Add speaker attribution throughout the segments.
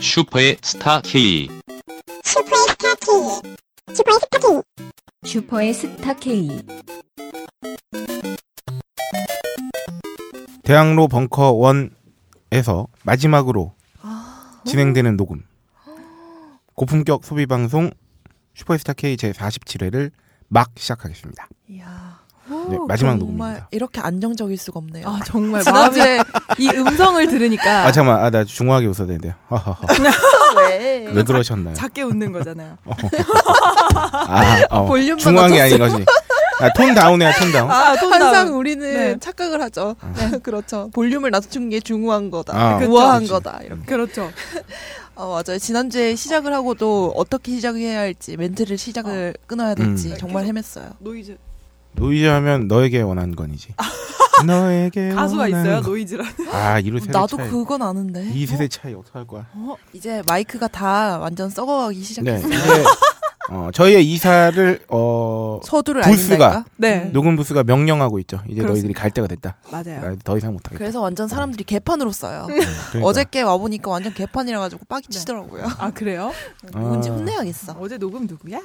Speaker 1: 슈퍼의 스타 K.
Speaker 2: 슈퍼의 스타 K 슈퍼의 스타 K
Speaker 3: 슈퍼의 스타 K.
Speaker 4: 대학로 벙커 1에서 마지막으로
Speaker 5: 아.
Speaker 4: 진행되는 녹음 고품격 소비 방송 슈퍼스타 K 제 47회를 막 시작하겠습니다.
Speaker 6: 이야.
Speaker 4: 네, 마지막
Speaker 6: 어, 정말
Speaker 4: 녹음입니다.
Speaker 6: 이렇게 안정적일 수가 없네요.
Speaker 5: 아 정말 마음에 이 음성을 들으니까
Speaker 4: 아 잠깐만, 아, 나 중후하게 웃어야 되는데. 허허허.
Speaker 6: 왜?
Speaker 4: 왜 그러셨나요?
Speaker 5: 작게 웃는 거잖아요.
Speaker 4: 어. 아, 어.
Speaker 5: 볼륨만
Speaker 4: 중후한 게 아닌 거지. 아, 톤 다운해야 톤 다운.
Speaker 5: 아, 톤
Speaker 6: 항상
Speaker 5: 다운.
Speaker 6: 우리는
Speaker 5: 네.
Speaker 6: 착각을 하죠. 그렇죠. 볼륨을 낮춘 게 중후한 거다.
Speaker 4: 아,
Speaker 6: 우아한
Speaker 4: 그렇죠.
Speaker 6: 거다. 이렇게.
Speaker 5: 그렇죠.
Speaker 6: 어, 맞아요. 지난주에 시작을 하고도 어떻게 시작해야 할지, 멘트를 시작을 끊어야 될지
Speaker 4: 음.
Speaker 6: 정말 헤맸어요.
Speaker 5: 노이즈
Speaker 4: 노이즈 하면 너에게 원한 건이지. 너에게
Speaker 5: 가수가
Speaker 4: 원한
Speaker 5: 있어요.
Speaker 4: 건.
Speaker 5: 노이즈라는.
Speaker 4: 아, 이로 세대
Speaker 6: 나도
Speaker 4: 차이.
Speaker 6: 그건 아는데.
Speaker 4: 이 세대 차이 어떻게 할 거야?
Speaker 6: 이제 마이크가 다 완전 썩어가기
Speaker 4: 네.
Speaker 6: 시작했어요.
Speaker 4: 이제, 어, 저희의 이사를 어
Speaker 6: 서두를
Speaker 4: 부스가. 그러니까.
Speaker 6: 알린다니까.
Speaker 5: 네.
Speaker 4: 녹음 부스가 명령하고 있죠. 이제
Speaker 5: 그렇습니다. 네.
Speaker 4: 너희들이 갈 때가 됐다.
Speaker 5: 맞아요.
Speaker 4: 나 더 이상 못하겠다.
Speaker 6: 그래서 완전 사람들이 개판으로 써요.
Speaker 4: 그러니까.
Speaker 6: 어저께 와보니까 완전 개판이라 가지고 빡이 치더라고요.
Speaker 5: 아 그래요?
Speaker 4: 아,
Speaker 6: 누군지 혼내야겠어.
Speaker 5: 어제 녹음 누구야?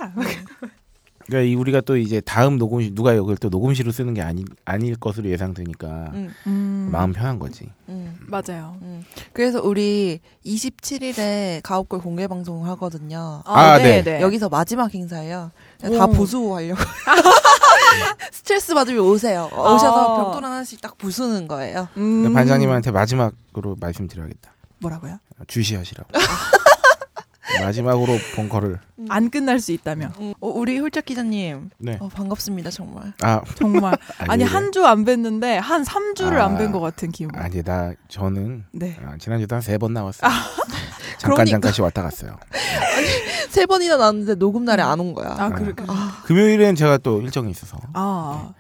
Speaker 4: 그러니까 이 우리가 또 이제 다음 녹음실 누가 여기를 또 녹음실로 쓰는 게 아니, 아닐 것으로 예상되니까
Speaker 6: 응,
Speaker 5: 음,
Speaker 4: 마음 편한 거지.
Speaker 6: 응.
Speaker 5: 맞아요.
Speaker 6: 그래서 우리 27일에 가옥골 공개 방송을 하거든요.
Speaker 4: 아, 네.
Speaker 6: 여기서 마지막 행사예요. 다
Speaker 5: 오.
Speaker 6: 보수 하려고. 스트레스 받으면 오세요. 오셔서
Speaker 5: 아.
Speaker 6: 벽돌 하나씩 딱 부수는 거예요.
Speaker 5: 음.
Speaker 4: 근데 반장님한테 마지막으로 말씀드려야겠다.
Speaker 5: 뭐라고요?
Speaker 4: 주시하시라고. 마지막으로 벙커를.
Speaker 5: 안 끝날 수 있다며.
Speaker 6: 어, 우리 홀짝 기자님
Speaker 4: 네.
Speaker 6: 어, 반갑습니다 정말.
Speaker 4: 아
Speaker 5: 정말. 아니
Speaker 4: 예.
Speaker 5: 한 주 안 뵀는데 한 3주를
Speaker 4: 아.
Speaker 5: 안 뵌 것 같은 기분.
Speaker 4: 아니 나 저는
Speaker 5: 네.
Speaker 4: 아, 지난주도 한 세 번
Speaker 5: 아,
Speaker 4: 나왔어요. 잠깐
Speaker 6: 그러니까.
Speaker 4: 잠깐씩 왔다 갔어요.
Speaker 6: 세 번이나 나왔는데 녹음 날에 안 온 거야.
Speaker 5: 아 그래. 그래. 아.
Speaker 4: 금요일엔 제가 또 일정이 있어서
Speaker 5: 아.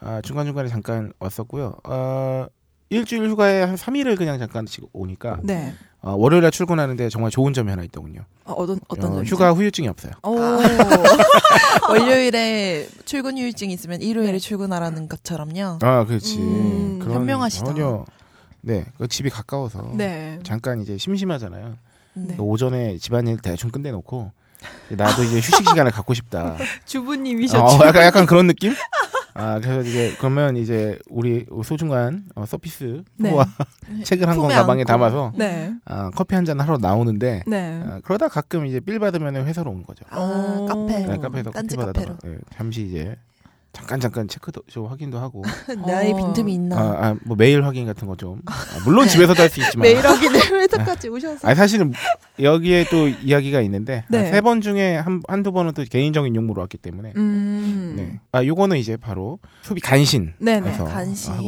Speaker 4: 아, 중간 중간에 잠깐 왔었고요. 어, 일주일 휴가에 한 3일을 그냥 잠깐씩 오니까
Speaker 5: 네.
Speaker 4: 어, 월요일에 출근하는데 정말 좋은 점이 하나 있더군요.
Speaker 5: 어, 어떤 어떤
Speaker 4: 어,
Speaker 5: 점이죠?
Speaker 4: 휴가 아. 후유증이 없어요.
Speaker 5: 오.
Speaker 6: 월요일에 출근 휴일증 있으면 일요일에 출근하라는 것처럼요.
Speaker 4: 아, 그렇지.
Speaker 5: 음,
Speaker 4: 그런
Speaker 6: 현명하시다.
Speaker 4: 전혀 네, 그 집이 가까워서
Speaker 5: 네.
Speaker 4: 잠깐 이제 심심하잖아요. 그
Speaker 6: 네.
Speaker 4: 오전에 집안일 대충 끝내놓고 나도 이제 휴식 시간을 갖고 싶다.
Speaker 5: 주부님이셨죠.
Speaker 4: 어, 약간 약간 그런 느낌? 아, 그래서 이제 그러면 이제 우리 소중한 어, 서피스
Speaker 5: 네.
Speaker 4: 와 책을 한 권
Speaker 6: 품에
Speaker 4: 가방에
Speaker 6: 안고.
Speaker 4: 담아서
Speaker 5: 네.
Speaker 4: 아, 커피 한 잔 하러 나오는데
Speaker 5: 네.
Speaker 4: 아, 그러다 가끔 이제 빌 받으면 회사로 오는 거죠.
Speaker 6: 아
Speaker 5: 어.
Speaker 6: 카페.
Speaker 4: 네, 카페에서 커피
Speaker 6: 딴지
Speaker 4: 받아다가 예, 잠시 이제 잠깐 잠깐 체크도 좀 확인도 하고
Speaker 6: 나의
Speaker 5: 어.
Speaker 6: 빈틈이 있나?
Speaker 4: 아, 아, 뭐 메일 확인 같은 거 좀. 아, 물론 집에서도 할 수 있지만.
Speaker 6: 매일 하긴 회사까지 오셔서.
Speaker 4: 아 사실은 여기에 또 이야기가 있는데
Speaker 5: 네.
Speaker 4: 세 번 중에 한, 한두 번은 또 개인적인 용무로 왔기 때문에.
Speaker 5: 음.
Speaker 4: 네. 아 요거는 이제 바로 소비 간신.
Speaker 5: 네,
Speaker 4: 네.
Speaker 5: 네.
Speaker 4: 그래서
Speaker 6: 간식.
Speaker 4: 하고.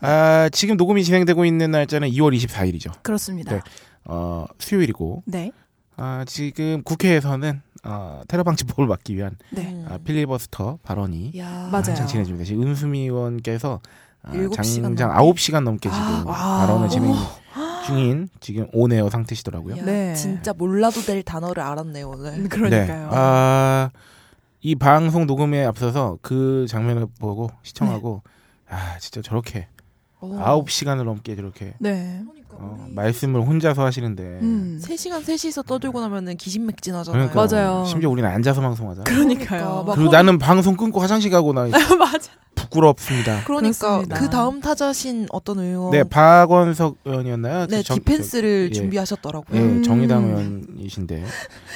Speaker 4: 아 지금 녹음이 진행되고 있는 날짜는 2월 24일이죠.
Speaker 5: 아, 그렇습니다.
Speaker 4: 네. 어 수요일이고.
Speaker 5: 네.
Speaker 4: 아 지금 국회에서는 어, 테러 방지법을 막기 위한
Speaker 5: 네.
Speaker 6: 음. 예,
Speaker 4: 아, 필리버스터 발언이
Speaker 6: 야.
Speaker 5: 맞아요.
Speaker 4: 한창 진행 중입니다. 지금 은수미 의원께서 아,
Speaker 6: 일곱 시간
Speaker 4: 장장
Speaker 6: 넘게.
Speaker 4: 9시간 넘게 지금
Speaker 5: 아, 와.
Speaker 4: 발언을 진행 중인 지금 온에어 상태시더라고요.
Speaker 6: 야,
Speaker 5: 네.
Speaker 6: 진짜 몰라도 될 단어를 알았네요
Speaker 5: 음,
Speaker 6: 오늘.
Speaker 5: 그러니까요.
Speaker 4: 네. 아, 이 방송 녹음에 앞서서 그 장면을 보고 시청하고 아 진짜 저렇게
Speaker 6: 오.
Speaker 4: 아홉 시간을 넘게 저렇게
Speaker 5: 네.
Speaker 4: 어, 말씀을 혼자서 하시는데
Speaker 5: 음.
Speaker 6: 세 시간 세 시서 떠들고 나면은 기신맥진하잖아요. 뭐
Speaker 4: 그러니까
Speaker 5: 맞아요.
Speaker 4: 심지어 우리는 앉아서 방송하자. 그,
Speaker 5: 그러니까요.
Speaker 6: 막-
Speaker 4: 그리고 나는 방송 끊고 화장실 가고 나
Speaker 5: 맞아.
Speaker 4: 부끄럽습니다.
Speaker 6: 그러니까
Speaker 5: 그렇습니다.
Speaker 6: 그 다음 타자신 어떤 의원
Speaker 4: 네 박원석 의원이었나요?
Speaker 6: 네,
Speaker 4: 그 정-
Speaker 6: 디펜스를
Speaker 4: 예. 저-
Speaker 6: 준비하셨더라고요.
Speaker 4: 예,
Speaker 5: 음.
Speaker 4: 정의당 의원이신데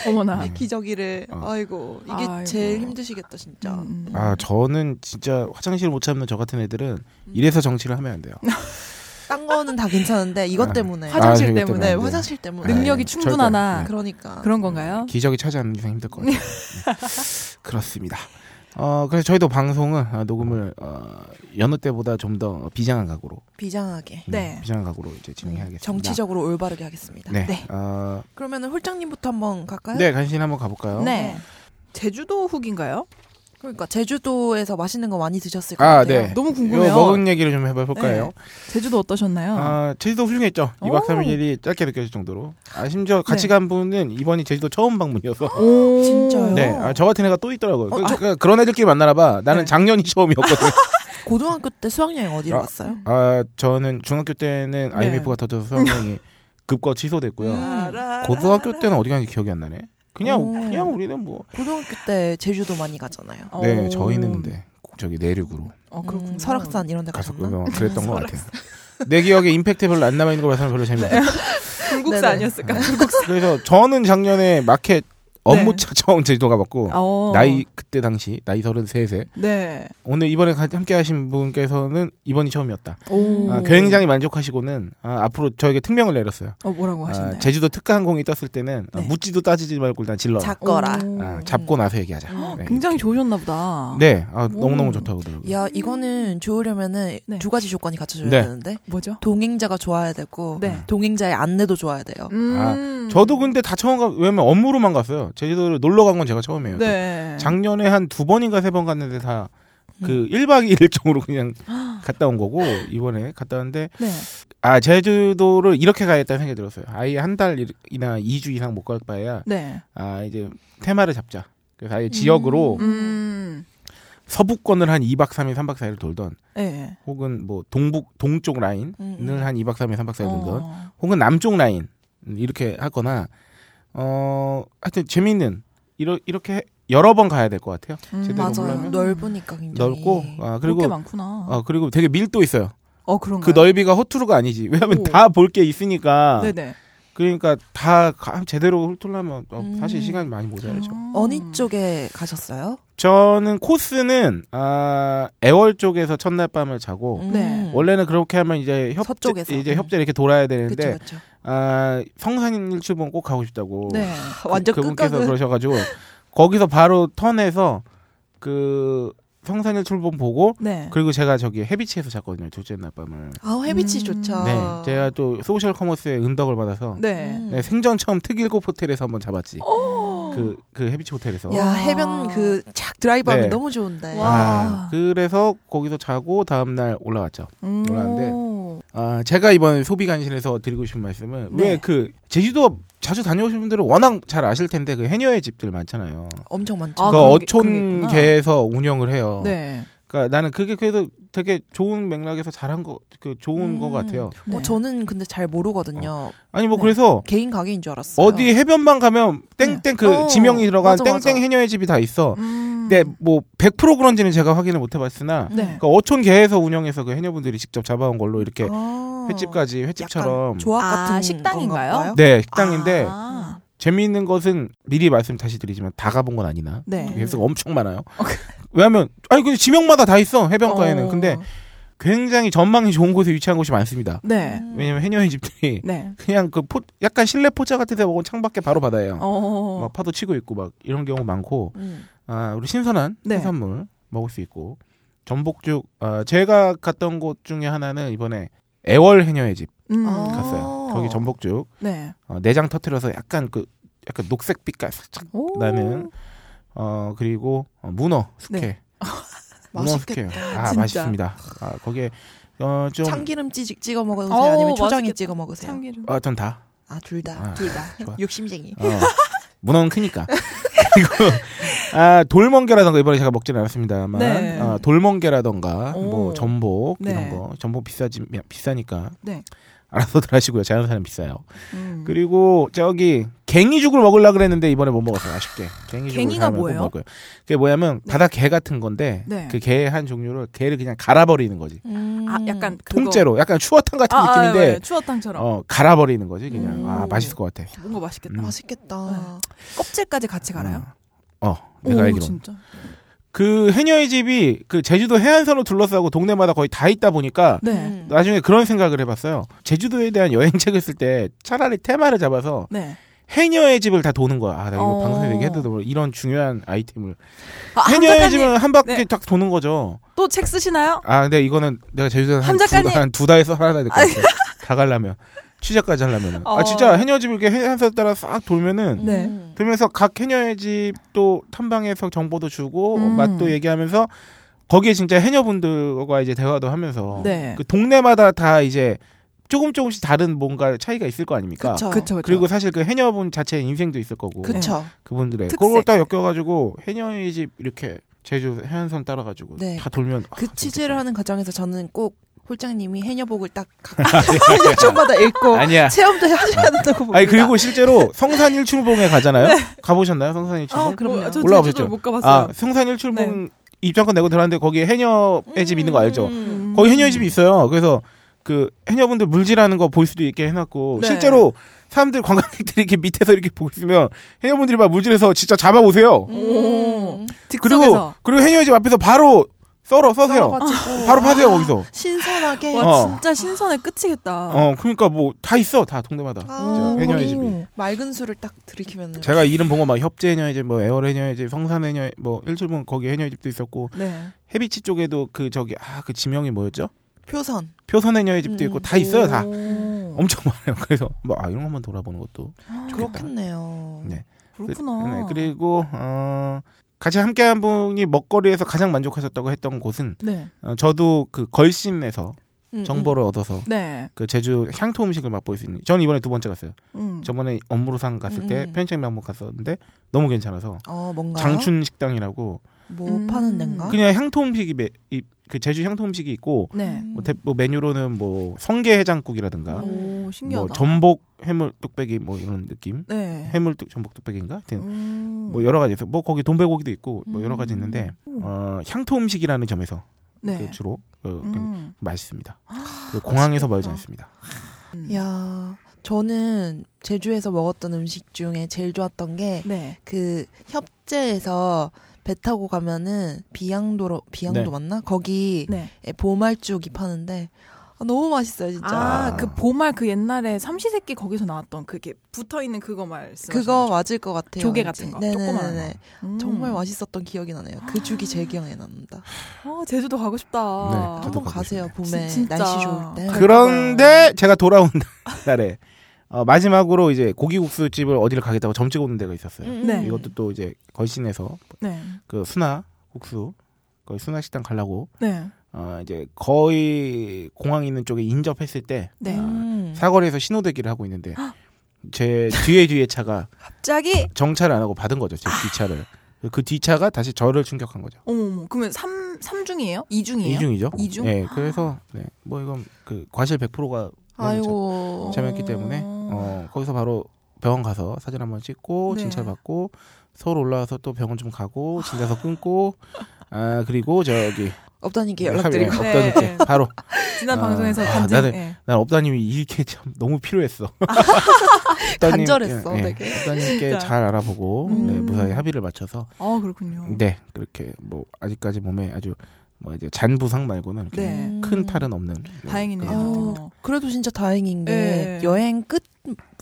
Speaker 5: 어머나.
Speaker 4: 네.
Speaker 6: 기저귀를
Speaker 4: 어.
Speaker 6: 아이고 이게
Speaker 5: 아이고.
Speaker 6: 제일 힘드시겠다 진짜.
Speaker 5: 음, 음.
Speaker 4: 아 저는 진짜 화장실 못 참는 저 같은 애들은 이래서 정치를 하면 안 돼요.
Speaker 6: 딴 거는 다 괜찮은데
Speaker 4: 아,
Speaker 6: 이것 때문에
Speaker 5: 화장실
Speaker 4: 이것
Speaker 5: 때문에,
Speaker 4: 안
Speaker 6: 네
Speaker 4: 돼요.
Speaker 6: 화장실 때문에
Speaker 4: 능력-
Speaker 5: 음. 능력이
Speaker 4: 네,
Speaker 5: 충분하나
Speaker 6: 그러니까
Speaker 5: 아, 그런 건가요?
Speaker 4: 기적이 차지 않는 이상 힘들
Speaker 5: 음.
Speaker 4: 것 같아요. 네. 그렇습니다. 어, 그래서 저희도 방송을 아, 녹음을 어, 여느 때보다 좀 더 비장한 각오로
Speaker 6: 비장하게
Speaker 4: 음,
Speaker 5: 네.
Speaker 4: 비장한 각오로 이제 진행하겠습니다.
Speaker 6: 정치적으로 올바르게 하겠습니다.
Speaker 4: 네.
Speaker 5: 네.
Speaker 4: 어,
Speaker 6: 그러면은 홀장님부터 한번 갈까요?
Speaker 4: 네 간신 한번 가볼까요?
Speaker 5: 네. 제주도 후기인가요?
Speaker 6: 그러니까 제주도에서 맛있는 거 많이 드셨을 것
Speaker 4: 아,
Speaker 6: 같아요.
Speaker 4: 네.
Speaker 5: 너무 궁금해요.
Speaker 4: 요 먹은 얘기를 좀 해볼까요?
Speaker 5: 제주도 어떠셨나요?
Speaker 4: 아, 제주도 훌륭했죠.
Speaker 5: 오.
Speaker 4: 2박 3일이 짧게 느껴질 정도로. 아, 심지어 같이
Speaker 5: 네.
Speaker 4: 간 분은 이번이 제주도 처음 방문이어서.
Speaker 5: 오.
Speaker 6: 진짜요?
Speaker 4: 네, 아, 저 같은 애가 또 있더라고요.
Speaker 6: 어,
Speaker 4: 그, 그- 그런 애들끼리 만나나봐. 나는
Speaker 5: 네.
Speaker 4: 작년이 처음이었거든요.
Speaker 6: 고등학교 때 수학여행 어디로
Speaker 4: 아.
Speaker 6: 갔어요?
Speaker 4: 아 저는 중학교 때는
Speaker 5: 네.
Speaker 4: IMF가 터져서 수학여행이 급거 취소됐고요.
Speaker 6: 음.
Speaker 5: 알아.
Speaker 4: 고등학교 때는 어디 갔는지 기억이 안 나네. 그냥
Speaker 6: 오.
Speaker 4: 그냥 우리는 뭐.
Speaker 6: 고등학교 때 제주도 많이 가잖아요.
Speaker 4: 네
Speaker 5: 어.
Speaker 4: 저희는 근데 저기 내륙으로
Speaker 5: 어,
Speaker 6: 그렇군
Speaker 5: 그렇군요.
Speaker 6: 설악산 이런 데
Speaker 4: 가서 어,
Speaker 6: 가셨나?
Speaker 4: 그거 그랬던 것 같아요. 내 기억에 임팩트 별로 안 남아 있는 거 봐서 별로 재미없어요.
Speaker 5: 불국사
Speaker 6: 네네.
Speaker 5: 아니었을까?
Speaker 4: 그래서 저는 작년에 마켓 업무
Speaker 5: 네.
Speaker 4: 차 처음 제주도 가봤고
Speaker 5: 어.
Speaker 4: 나이 그때 당시 나이 33세
Speaker 5: 네.
Speaker 4: 오늘 이번에 가- 함께 하신 분께서는 이번이 처음이었다.
Speaker 5: 오.
Speaker 4: 아, 굉장히 만족하시고는 아, 앞으로 저에게 특명을 내렸어요.
Speaker 5: 어, 뭐라고 하셨나요?
Speaker 4: 아, 제주도 특가 항공이 떴을 때는 아,
Speaker 5: 네. 음.
Speaker 4: 묻지도 따지지 말고 일단 질러
Speaker 6: 작거라
Speaker 5: 오.
Speaker 4: 아, 잡고 나서 얘기하자. 네,
Speaker 5: 굉장히
Speaker 4: 이렇게.
Speaker 5: 좋으셨나 보다.
Speaker 4: 네, 아, 너무너무
Speaker 5: 오.
Speaker 4: 좋다고 그러더라고요.
Speaker 6: 야 이거는 좋으려면은
Speaker 5: 네.
Speaker 6: 두 가지 조건이 갖춰져야
Speaker 4: 네.
Speaker 6: 되는데
Speaker 5: 뭐죠?
Speaker 6: 동행자가 좋아야 되고
Speaker 5: 네.
Speaker 6: 동행자의 안내도 좋아야 돼요.
Speaker 5: 음.
Speaker 4: 저도 근데 다 처음 가 왜냐면 업무로만 갔어요. 제주도를 놀러 간 건 제가 처음이에요.
Speaker 5: 네.
Speaker 4: 작년에 한 두 번인가 세 번 갔는데 다 그
Speaker 5: 음.
Speaker 4: 1박 2일 일정으로 그냥 갔다 온 거고 이번에 갔다 왔는데
Speaker 5: 네.
Speaker 4: 아 제주도를 이렇게 가야겠다는 생각이 들었어요. 아예 한 달이나 2주 이상 못 갈 바에야
Speaker 5: 네.
Speaker 4: 아 이제 테마를 잡자. 그래서 아예 지역으로
Speaker 5: 음.
Speaker 4: 서부권을 한 2박 3일, 3박 4일 돌던
Speaker 5: 네.
Speaker 4: 혹은 뭐 동북 동쪽 라인을
Speaker 6: 음, 음.
Speaker 4: 한 2박 3일, 3박 4일 돌던
Speaker 5: 어.
Speaker 4: 혹은 남쪽 라인 음, 이렇게 하거나 어 하여튼 재미있는 이러, 이렇게 해- 여러 번 가야 될 것 같아요.
Speaker 5: 음,
Speaker 4: 제대로
Speaker 6: 맞아요.
Speaker 4: 보려면?
Speaker 6: 넓으니까 굉장히
Speaker 4: 넓고 아
Speaker 5: 그리고 게
Speaker 4: 그리고
Speaker 5: 많구나.
Speaker 4: 아 그리고 되게 밀도 있어요.
Speaker 5: 어, 그런가요?
Speaker 4: 그 넓이가 호투루가 아니지.
Speaker 5: 오.
Speaker 4: 왜냐하면 다 볼 게 있으니까.
Speaker 5: 네네.
Speaker 4: 그러니까 다 가- 제대로 훑으려면 어, 사실
Speaker 6: 음.
Speaker 4: 시간이 많이 모자라죠.
Speaker 5: 음.
Speaker 6: 어느 쪽에 가셨어요?
Speaker 4: 저는 코스는 아, 애월 쪽에서 첫날 밤을 자고
Speaker 6: 음.
Speaker 5: 네.
Speaker 4: 뭐, 원래는 그렇게 하면 이제 협
Speaker 6: 서쪽에서.
Speaker 4: 이제 협재 이렇게 돌아야 되는데
Speaker 6: 그쵸 그쵸.
Speaker 4: 아, 성산 일출봉 꼭 가고 싶다고
Speaker 5: 네.
Speaker 4: 그,
Speaker 6: 완전
Speaker 4: 그분께서
Speaker 6: 끝까지.
Speaker 4: 그러셔가지고 거기서 바로 턴해서 그 성산 일출봉 보고
Speaker 5: 네.
Speaker 4: 그리고 제가 저기 해비치에서 잤거든요 둘째 날 밤을.
Speaker 6: 아 해비치
Speaker 5: 음.
Speaker 6: 좋죠.
Speaker 4: 네, 제가 또 소셜 커머스의 은덕을 받아서
Speaker 5: 네.
Speaker 6: 음.
Speaker 4: 네, 생전 처음 특일곱 호텔에서 한번 잡았지.
Speaker 5: 오.
Speaker 4: 그, 그 해비치 호텔에서.
Speaker 6: 어. 야
Speaker 5: 와.
Speaker 6: 해변 그 착 드라이브하면
Speaker 4: 네.
Speaker 6: 너무 좋은데.
Speaker 5: 와.
Speaker 4: 아, 그래서 거기서 자고 다음날 올라왔죠.
Speaker 5: 음.
Speaker 4: 몰랐는데. 아, 제가 이번 소비 간신에서 드리고 싶은 말씀은
Speaker 5: 네.
Speaker 4: 왜 그 제주도 자주 다녀오신 분들은 워낙 잘 아실 텐데 그 해녀의 집들 많잖아요.
Speaker 6: 엄청 많죠.
Speaker 5: 아,
Speaker 4: 그
Speaker 5: 그런 게- 그런 게
Speaker 4: 어촌계에서 운영을 해요.
Speaker 5: 네.
Speaker 4: 그러니까 나는 그게 그래도 되게 좋은 맥락에서 잘한 거, 그 좋은 거
Speaker 6: 음.
Speaker 4: 같아요.
Speaker 6: 어,
Speaker 5: 네.
Speaker 6: 저는 근데 잘 모르거든요.
Speaker 4: 아니 뭐
Speaker 5: 네.
Speaker 4: 그래서
Speaker 6: 개인 가게인 줄 알았어요.
Speaker 4: 어디 해변만 가면 땡땡 그
Speaker 6: 어,
Speaker 4: 지명이 들어간
Speaker 6: 맞아,
Speaker 4: 땡땡
Speaker 6: 맞아.
Speaker 4: 해녀의 집이 다 있어.
Speaker 5: 음.
Speaker 4: 근데 뭐 100% 그런지는 제가 확인을 못 해봤으나
Speaker 5: 네.
Speaker 4: 그 어촌계에서 운영해서 그 해녀분들이 직접 잡아온 걸로 이렇게
Speaker 6: 아.
Speaker 4: 횟집까지
Speaker 6: 약간
Speaker 4: 횟집처럼
Speaker 6: 조합
Speaker 5: 아,
Speaker 6: 같은
Speaker 5: 식당인가요?
Speaker 6: 건가봐요?
Speaker 4: 네 식당인데
Speaker 5: 아.
Speaker 4: 재미있는 것은 미리 말씀 다시 드리지만 다 가본 건 아니나
Speaker 5: 네.
Speaker 4: 횟수가 엄청 많아요. 왜냐하면 아니 근데 지명마다 다 있어 해변가에는
Speaker 5: 그 어.
Speaker 4: 근데 굉장히 전망이 좋은 곳에 위치한 곳이 많습니다.
Speaker 5: 네.
Speaker 4: 왜냐면 해녀의 집들이
Speaker 5: 네.
Speaker 4: 그냥 그 포, 약간 실내 포차 같은 데 먹으면 창밖에 바로 바다예요.
Speaker 5: 어.
Speaker 4: 막 파도 치고 있고 막 이런 경우 많고
Speaker 6: 음.
Speaker 4: 아, 우리 신선한
Speaker 5: 네.
Speaker 4: 해산물 먹을 수 있고 전복죽 아, 제가 갔던 곳 중에 하나는 이번에 애월 해녀의 집
Speaker 5: 음.
Speaker 6: 아.
Speaker 4: 갔어요.
Speaker 6: 어.
Speaker 4: 거기 전복죽
Speaker 5: 네.
Speaker 4: 어, 내장 터트려서 약간 그 약간 녹색빛깔 살짝
Speaker 5: 오.
Speaker 4: 나는 어 그리고 어, 문어 숙회
Speaker 5: 음. 네.
Speaker 4: 문어 숙회 아
Speaker 5: 진짜.
Speaker 4: 맛있습니다. 아 거기에 어좀
Speaker 6: 참기름 찌, 찍어 먹으세요?
Speaker 5: 어우,
Speaker 6: 아니면 초장에
Speaker 5: 맛있겠다.
Speaker 6: 찍어 먹으세요?
Speaker 5: 참기름.
Speaker 4: 아, 전 다.
Speaker 6: 아 둘 다.
Speaker 4: 아,
Speaker 6: 둘 다.
Speaker 4: 좋아.
Speaker 6: 욕심쟁이.
Speaker 4: 어, 문어는 크니까. 그리고 아, 돌멍게라던가 이번에 제가 먹지는 않았습니다만
Speaker 5: 네.
Speaker 4: 아, 돌멍게라던가
Speaker 5: 오.
Speaker 4: 뭐 전복
Speaker 5: 네.
Speaker 4: 이런 거 전복 비싸지 비싸니까
Speaker 5: 네.
Speaker 4: 알아서들 하시고요. 자연산은 비싸요.
Speaker 5: 음.
Speaker 4: 그리고 저기 갱이죽을 먹으려 그랬는데 이번에 못 먹었어요. 아쉽게. 갱이죽을
Speaker 5: 갱이가
Speaker 4: 사면 꼭
Speaker 5: 뭐예요?
Speaker 4: 먹을 거예요. 그게 뭐냐면
Speaker 5: 네.
Speaker 4: 바다 개 같은 건데
Speaker 5: 네.
Speaker 4: 그 개의 한 종류를 개를 그냥 갈아버리는 거지.
Speaker 6: 음.
Speaker 5: 아, 약간 그거.
Speaker 4: 통째로 약간 추어탕 같은
Speaker 5: 아, 아,
Speaker 4: 느낌인데
Speaker 5: 네. 추어탕처럼.
Speaker 4: 어, 갈아버리는 거지 그냥.
Speaker 6: 음.
Speaker 4: 아 맛있을 것 같아.
Speaker 5: 뭔가 맛있겠다.
Speaker 4: 음.
Speaker 6: 맛있겠다.
Speaker 5: 껍질까지 같이 갈아요?
Speaker 4: 어, 내가
Speaker 5: 오,
Speaker 4: 알기로 는
Speaker 5: 진짜.
Speaker 4: 그 해녀의 집이 그 제주도 해안선으로 둘러싸고 동네마다 거의 다 있다 보니까
Speaker 5: 네.
Speaker 6: 음.
Speaker 4: 나중에 그런 생각을 해봤어요. 제주도에 대한 여행책을 쓸 때 차라리 테마를 잡아서
Speaker 5: 네.
Speaker 4: 해녀의 집을 다 도는 거야. 아, 나 이거
Speaker 5: 어.
Speaker 4: 방송에서 얘기해도 몰라. 이런 중요한 아이템을.
Speaker 5: 아, 한
Speaker 4: 해녀의
Speaker 5: 작가님
Speaker 4: 집은 한 바퀴
Speaker 5: 네.
Speaker 4: 딱 도는 거죠.
Speaker 5: 또 책 쓰시나요?
Speaker 4: 아, 근데 이거는 내가 제주도에
Speaker 5: 함 작가님!
Speaker 4: 한두 달에서 하나 될것 같아. 다 가려면. 취재까지 하려면.
Speaker 5: 어.
Speaker 4: 아, 진짜 해녀 집을 이렇게 해안선 따라 싹 돌면은
Speaker 5: 네.
Speaker 6: 음.
Speaker 4: 들면서 각 해녀의 집도 탐방해서 정보도 주고
Speaker 5: 음.
Speaker 4: 맛도 얘기하면서 거기에 진짜 해녀분들과 이제 대화도 하면서
Speaker 5: 네.
Speaker 4: 그 동네마다 다 이제 조금 조금씩 다른 뭔가 차이가 있을 거 아닙니까?
Speaker 6: 그쵸.
Speaker 5: 그쵸, 그쵸.
Speaker 4: 리고 사실 그 해녀분 자체의 인생도 있을 거고 아,
Speaker 5: 그쵸.
Speaker 6: 그쵸.
Speaker 4: 분들의
Speaker 5: 특색.
Speaker 4: 그걸 딱 엮여가지고 해녀의 집 이렇게 제주 해안선 따라가지고
Speaker 6: 네.
Speaker 4: 다 돌면 아,
Speaker 5: 그
Speaker 6: 그 취재를 하는 과정에서 저는 꼭 홀장님이 해녀복을 딱 요청마다 읽고
Speaker 4: 아니야.
Speaker 6: 체험도 하셔야 된다고 봅니다.
Speaker 4: 아니 그리고 실제로 성산 일출봉에 가잖아요. 가보셨나요, 성산 일출봉?
Speaker 6: 아, 그럼요.
Speaker 5: 네, 뭐, 저
Speaker 4: 올라와보셨죠?
Speaker 5: 제주도 못 네. 어, 가봤어요. 네.
Speaker 4: 아, 성산 일출봉 입장권 내고 들어왔는데 거기에
Speaker 5: 음.
Speaker 4: 해녀의 집 있는 거 알죠?
Speaker 6: 음.
Speaker 4: 거기 해녀의 집이 있어요. 그래서 그 해녀분들 물질하는 거 볼 수도 있게 해놨고
Speaker 5: 네.
Speaker 4: 실제로 사람들 관광객들이 이렇게 밑에서 이렇게 보고 있으면 해녀분들이 막 물질해서 진짜 잡아오세요.
Speaker 5: 음.
Speaker 6: 음.
Speaker 5: 오.
Speaker 4: 그리고
Speaker 5: 즉석에서.
Speaker 4: 그리고 해녀의 집 앞에서 바로 썰어 써세요.
Speaker 6: 썰어가지고.
Speaker 4: 바로
Speaker 5: 아.
Speaker 4: 파세요 거기서.
Speaker 6: 신선하게
Speaker 5: 와
Speaker 4: 어.
Speaker 5: 진짜 신선해 끝이겠다.
Speaker 4: 어 그러니까 뭐 다 있어 다 동네마다.
Speaker 6: 아,
Speaker 4: 진짜 해녀의
Speaker 6: 거기
Speaker 4: 집이.
Speaker 6: 맑은 술을 딱 들이키면
Speaker 4: 제가 이름 본 거 막 협재 해녀의 집, 뭐 애월 해녀의 집, 성산 해녀, 뭐 일출봉 거기 해녀의 집도 있었고
Speaker 5: 네.
Speaker 4: 해비치 쪽에도 그 저기 아 그 지명이 뭐였죠?
Speaker 6: 표선
Speaker 4: 표선 해녀의 집도 있고
Speaker 6: 음.
Speaker 4: 다 있어요 다.
Speaker 5: 오.
Speaker 4: 엄청 많아요. 그래서 뭐 아, 이런 것만 돌아보는 것도 좋겠다.
Speaker 6: 그렇겠네요.
Speaker 4: 네.
Speaker 6: 아.
Speaker 5: 그렇구나.
Speaker 4: 네, 그리고 어, 같이 함께한 분이 먹거리에서 가장 만족하셨다고 했던 곳은
Speaker 5: 네.
Speaker 4: 어, 저도 그 걸신에서
Speaker 6: 음,
Speaker 4: 정보를 얻어서
Speaker 5: 네.
Speaker 4: 그 제주 향토 음식을 맛볼 수 있는. 저는 이번에 두 번째 갔어요.
Speaker 5: 음.
Speaker 4: 저번에 업무로상 갔을
Speaker 6: 음, 음.
Speaker 4: 때 편의점에 한번 갔었는데 너무 괜찮아서
Speaker 6: 음. 어 뭔가
Speaker 4: 장춘 식당이라고
Speaker 6: 뭐
Speaker 5: 음.
Speaker 6: 파는 데인가?
Speaker 4: 그냥 향토 음식이 매, 이, 그 제주 향토 음식이 있고
Speaker 5: 네.
Speaker 4: 뭐, 대, 뭐 메뉴로는 뭐 성게 해장국이라든가
Speaker 5: 오
Speaker 4: 뭐
Speaker 5: 어, 신기하다.
Speaker 4: 전복 해물 뚝배기 뭐 이런 느낌
Speaker 5: 네.
Speaker 4: 해물 뚝 전복 뚝배기인가? 하여튼
Speaker 5: 음.
Speaker 4: 뭐 여러 가지 있어. 뭐 거기 돈베고기도 있고 뭐 여러 가지
Speaker 5: 음.
Speaker 4: 있는데
Speaker 5: 음.
Speaker 4: 어, 향토 음식이라는 점에서
Speaker 5: 네.
Speaker 4: 그 주로 어,
Speaker 5: 음. 아,
Speaker 4: 맛있습니다. 그 공항에서 멀지 않습니다. 음.
Speaker 6: 야, 저는 제주에서 먹었던 음식 중에 제일 좋았던
Speaker 5: 네.
Speaker 6: 게 그 협재에서 배 타고 가면은 비양도로 비양도
Speaker 4: 네.
Speaker 6: 맞나? 거기
Speaker 5: 네.
Speaker 6: 보말죽이 파는데 아, 너무 맛있어요, 진짜.
Speaker 4: 아.
Speaker 5: 아그 보말 그 옛날에 삼시세끼 거기서 나왔던 그게 붙어 있는 음. 그거 말씀.
Speaker 6: 그거 맞을 것 같아요.
Speaker 5: 조개
Speaker 6: 왠지.
Speaker 5: 같은 거,
Speaker 6: 네네네네.
Speaker 5: 조그마한 거.
Speaker 6: 정말 맛있었던 기억이 나네요. 그 죽이 제 기억에 남는다. 아,
Speaker 5: 어, 제주도 가고 싶다.
Speaker 4: 네, 저도
Speaker 6: 한번
Speaker 4: 가고
Speaker 6: 가세요.
Speaker 4: 싶네요.
Speaker 6: 봄에
Speaker 5: 진- 진짜.
Speaker 6: 날씨 좋을 때.
Speaker 5: 그-
Speaker 4: 그런데 제가 돌아온 날에 어, 마지막으로 이제 고기국수 집을 어디를 가겠다고 점 찍어오는 데가 있었어요.
Speaker 6: 음,
Speaker 5: 네.
Speaker 6: 음.
Speaker 4: 이것도 또 이제 걸신에서
Speaker 5: 네.
Speaker 4: 그 순화 국수 거기 순화 식당 가려고
Speaker 5: 네.
Speaker 4: 어, 이제 거의 공항 있는 쪽에 인접했을 때
Speaker 5: 네.
Speaker 6: 음.
Speaker 4: 사거리에서 신호대기를 하고 있는데 제 뒤에 뒤에 차가
Speaker 5: 갑자기
Speaker 4: 정차를 안 하고 받은 거죠 제 뒷차를 그 뒷차가 다시 저를 충격한 거죠
Speaker 5: 어머 어머. 그러면 삼삼중이에요이중이에요
Speaker 4: 이중이죠
Speaker 5: 이중?
Speaker 4: 예 그래서 네, 뭐 이건 그 과실 100%가
Speaker 6: 아이고.
Speaker 4: 재밌기 때문에 어 거기서 바로 병원 가서 사진 한번 찍고
Speaker 5: 네.
Speaker 4: 진찰 받고 서울 올라와서 또 병원 좀 가고 진단서 끊고 아 그리고 저기
Speaker 6: 업다님께 연락드리고.
Speaker 4: 합의,
Speaker 5: 네.
Speaker 4: 업다님께 바로
Speaker 5: 지난
Speaker 4: 아,
Speaker 5: 방송에서
Speaker 4: 아,
Speaker 5: 간증.
Speaker 4: 나는-
Speaker 5: 예.
Speaker 4: 난 업다님이 이렇게 참 너무 필요했어 업다님,
Speaker 6: 간절했어,
Speaker 4: 예, 예.
Speaker 6: 되게.
Speaker 4: 업다님께
Speaker 5: 진짜.
Speaker 4: 잘 알아보고
Speaker 5: 음.
Speaker 4: 네, 무사히 합의를 맞춰서
Speaker 5: 아 그렇군요.
Speaker 4: 네 그렇게 뭐 아직까지 몸에 아주 뭐 이제 잔 부상 말고는 이렇게
Speaker 5: 네.
Speaker 6: 음.
Speaker 4: 큰 탈은 없는 네,
Speaker 5: 다행이네요.
Speaker 4: 그런
Speaker 6: 어, 그래도 진짜 다행인 게
Speaker 5: 네.
Speaker 6: 여행 끝,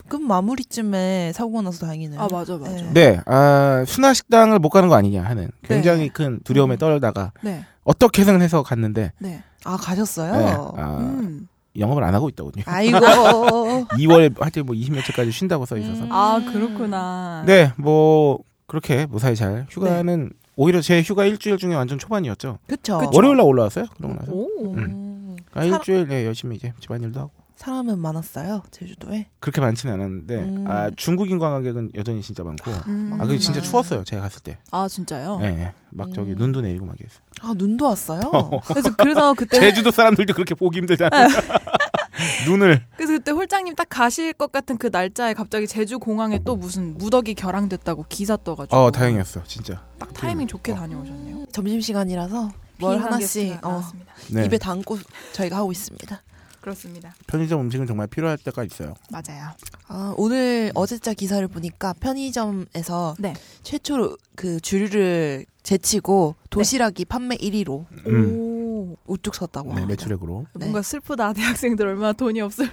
Speaker 6: 끝 마무리쯤에 사고가 나서 다행이네요.
Speaker 5: 아 맞아 맞아.
Speaker 6: 네.
Speaker 4: 네, 아, 순화식당을 못 가는 거 아니냐 하는 굉장히 큰 두려움에 떨다가
Speaker 5: 네.
Speaker 4: 어떻게든 해서 갔는데
Speaker 5: 네.
Speaker 6: 아, 가셨어요?
Speaker 4: 네, 아,
Speaker 5: 음.
Speaker 4: 영업을 안 하고 있더군요.
Speaker 6: 아이고.
Speaker 4: 2월 하여튼 뭐 20몇 주까지 쉰다고 써 있어서.
Speaker 6: 음.
Speaker 5: 아 그렇구나.
Speaker 4: 네, 뭐 그렇게 무사히 잘 휴가는 오히려 제 휴가 일주일 중에 완전 초반이었죠.
Speaker 6: 그쵸.
Speaker 5: 그쵸.
Speaker 4: 월요일 날 올라왔어요. 그러고 나서
Speaker 5: 오.
Speaker 6: 음.
Speaker 4: 아, 일주일 네, 열심히 이제 집안일도 하고
Speaker 6: 사람은 많았어요, 제주도에.
Speaker 4: 그렇게 많지는 않았는데
Speaker 6: 음.
Speaker 4: 아, 중국인 관광객은 여전히 진짜 많고.
Speaker 5: 음.
Speaker 4: 아, 그게 진짜
Speaker 6: 음.
Speaker 4: 추웠어요. 제가 갔을 때.
Speaker 5: 아 진짜요?
Speaker 4: 예, 예. 막 저기
Speaker 6: 음.
Speaker 4: 눈도 내리고 막 이랬어요.
Speaker 6: 아, 눈도 왔어요?
Speaker 5: 그래서 그래서 그때
Speaker 4: 제주도 사람들도 그렇게 보기 힘들잖아요. 눈을
Speaker 5: 그래서 그때 홀장님 딱 가실 것 같은 그 날짜에 갑자기 제주 공항에 또 무슨 무더기 결항됐다고 기사 떠가지고
Speaker 4: 어 다행이었어 어. 진짜
Speaker 5: 딱 타이밍 좋게 다녀오셨네요.
Speaker 6: 점심시간이라서 뭘 하나씩 어,
Speaker 5: 나왔습니다.
Speaker 4: 네.
Speaker 6: 입에 담고 저희가 하고 있습니다.
Speaker 5: 그렇습니다.
Speaker 4: 편의점 음식은 정말 필요할 때가 있어요
Speaker 5: 맞아요.
Speaker 6: 아, 오늘 어제자 기사를 보니까 편의점에서
Speaker 5: 네.
Speaker 6: 최초로 그 주류를 제치고
Speaker 5: 네.
Speaker 6: 도시락이 판매 1위로
Speaker 4: 음.
Speaker 5: 오
Speaker 6: 우뚝 섰다고.
Speaker 4: 네
Speaker 6: 합니다.
Speaker 4: 매출액으로
Speaker 5: 뭔가 슬프다 대학생들 얼마나 돈이 없을